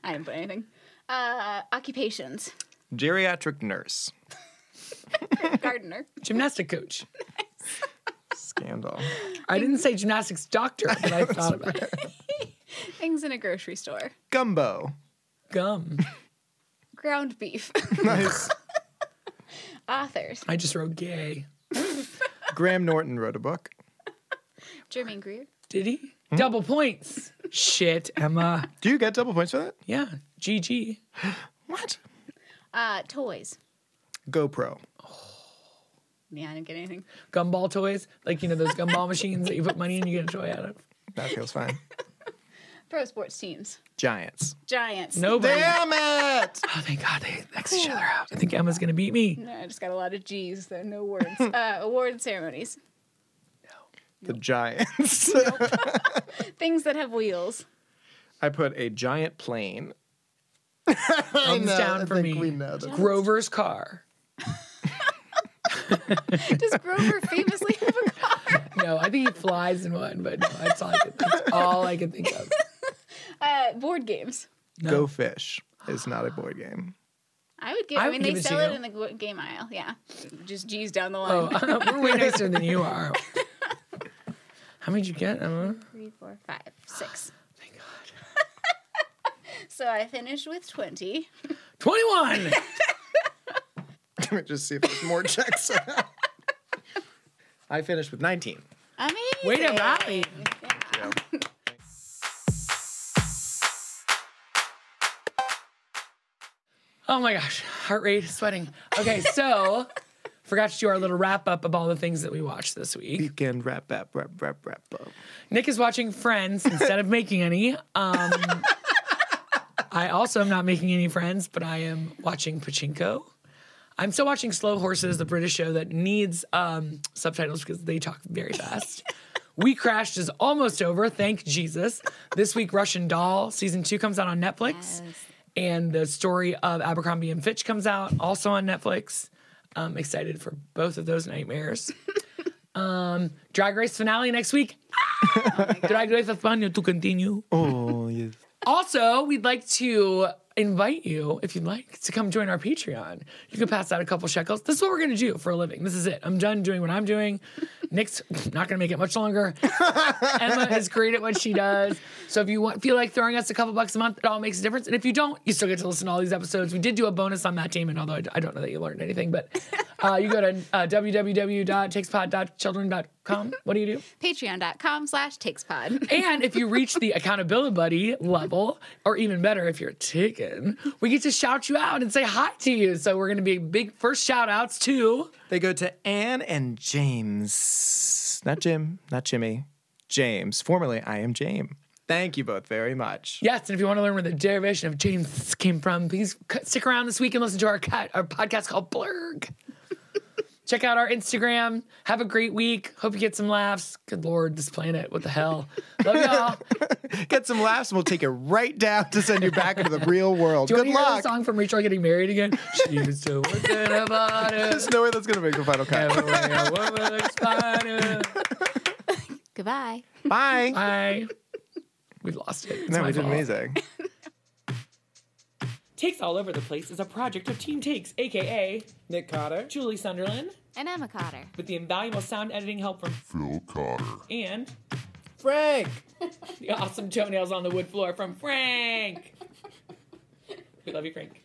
Speaker 4: I didn't put anything. Uh, occupations.
Speaker 1: Geriatric nurse.
Speaker 4: Gardener.
Speaker 3: Gymnastic coach.
Speaker 1: Scandal.
Speaker 3: I didn't say gymnastics doctor, but I thought about it.
Speaker 4: Things in a grocery store.
Speaker 1: Gumbo.
Speaker 3: Gum.
Speaker 4: Ground beef.
Speaker 1: Nice.
Speaker 4: Authors.
Speaker 3: I just wrote gay.
Speaker 1: Graham Norton wrote a book.
Speaker 4: Jermaine Greer.
Speaker 3: Did he? Double points. Shit, Emma.
Speaker 1: Do you get double points for that?
Speaker 3: Yeah, GG.
Speaker 1: What?
Speaker 4: Uh, toys.
Speaker 1: GoPro.
Speaker 4: Yeah, I didn't get anything.
Speaker 3: Gumball toys, like you know those gumball machines that you put money in, you get a toy out of.
Speaker 1: That feels fine.
Speaker 4: Pro sports teams.
Speaker 1: Giants.
Speaker 4: Giants.
Speaker 3: Nobody.
Speaker 1: Damn it!
Speaker 3: Oh, thank God they X each other out. I think Emma's gonna beat me.
Speaker 4: No, I just got a lot of G's, though. No words. uh, award ceremonies.
Speaker 1: The Giants.
Speaker 4: Things that have wheels.
Speaker 1: I put a giant plane.
Speaker 3: Thumbs
Speaker 1: know,
Speaker 3: down
Speaker 1: I
Speaker 3: for
Speaker 1: think
Speaker 3: me.
Speaker 1: we know that.
Speaker 3: Grover's car.
Speaker 4: Does Grover famously have a car?
Speaker 3: No, I think he flies in one, but no, that's all I could, that's all I could think of.
Speaker 4: Uh, board games.
Speaker 3: No.
Speaker 1: Go Fish is not a board game.
Speaker 4: I would give.
Speaker 3: I
Speaker 4: I,
Speaker 3: would
Speaker 4: mean, they
Speaker 3: give it to
Speaker 4: sell it
Speaker 3: you.
Speaker 4: in the g- game aisle. Yeah, just G's down the
Speaker 3: Oh,
Speaker 4: line.
Speaker 3: we're way nicer than you are. How many did you get, Emma?
Speaker 4: Three, four, five, six. So I finished with twenty.
Speaker 3: 21!
Speaker 1: Let me just see if there's more checks. I finished with 19.
Speaker 4: Amazing.
Speaker 3: Way to rally.
Speaker 1: Yeah.
Speaker 3: Oh my gosh, heart rate, sweating. Okay, so forgot to do our little wrap up of all the things that we watched this week.
Speaker 1: Weekend wrap up, wrap, wrap, wrap up.
Speaker 3: Nick is watching Friends instead of making any. Um, I also am not making any friends, but I am watching Pachinko. I'm still watching Slow Horses, the British show that needs um, subtitles because they talk very fast. we Crashed is almost over, thank Jesus. This week, Russian Doll season two comes out on Netflix,
Speaker 4: Yes.
Speaker 3: and the story of Abercrombie and Fitch comes out also on Netflix. I'm excited for both of those nightmares. um, Drag Race finale next week. Ah! Drag Race España to continue.
Speaker 1: Oh, yes.
Speaker 3: Also, we'd like to invite you, if you'd like, to come join our Patreon. You can pass out a couple shekels. This is what we're going to do for a living. This is it. I'm done doing what I'm doing. Nick's not going to make it much longer. Emma is great at what she does. So if you want, feel like throwing us a couple bucks a month, it all makes a difference. And if you don't, you still get to listen to all these episodes. We did do a bonus on Matt Damon, although I, I don't know that you learned anything. But uh, you go to uh, www.takespod.children.com. What do you do?
Speaker 4: Patreon.com slash takespod.
Speaker 3: And if you reach the accountability buddy level, or even better, if you're taken, we get to shout you out and say hi to you. So we're gonna be big first shout outs to
Speaker 1: They go to Anne and James. Not Jim, not Jimmy. James. Formerly, I am James. Thank you both very much.
Speaker 3: yes. And if you want to learn where the derivation of James came from, please c- stick around this week and listen to our cut, our podcast called Blurg. Check out our Instagram. Have a great week. Hope you get some laughs. Good lord, this planet, what the hell? Love y'all.
Speaker 1: Get some laughs and we'll take it right down to send you back into the real world.
Speaker 3: Do you
Speaker 1: Good
Speaker 3: want to hear
Speaker 1: luck.
Speaker 3: the song from Rachel getting married again? She was so worried about it.
Speaker 1: There's no way that's going to make the final cut.
Speaker 3: Everywhere, woman, spider.
Speaker 4: Goodbye.
Speaker 1: Bye.
Speaker 3: I we lost it. It's
Speaker 1: No,
Speaker 3: my
Speaker 1: we did
Speaker 3: fault.
Speaker 1: amazing.
Speaker 3: Takes All Over the Place is a project of Team Takes, aka Nick Cotter, Julie Sunderland,
Speaker 4: And Emma Cotter.
Speaker 3: with the invaluable sound editing help from
Speaker 5: Phil Cotter.
Speaker 3: and
Speaker 1: Frank.
Speaker 3: the awesome toenails on the wood floor from Frank. we love you, Frank.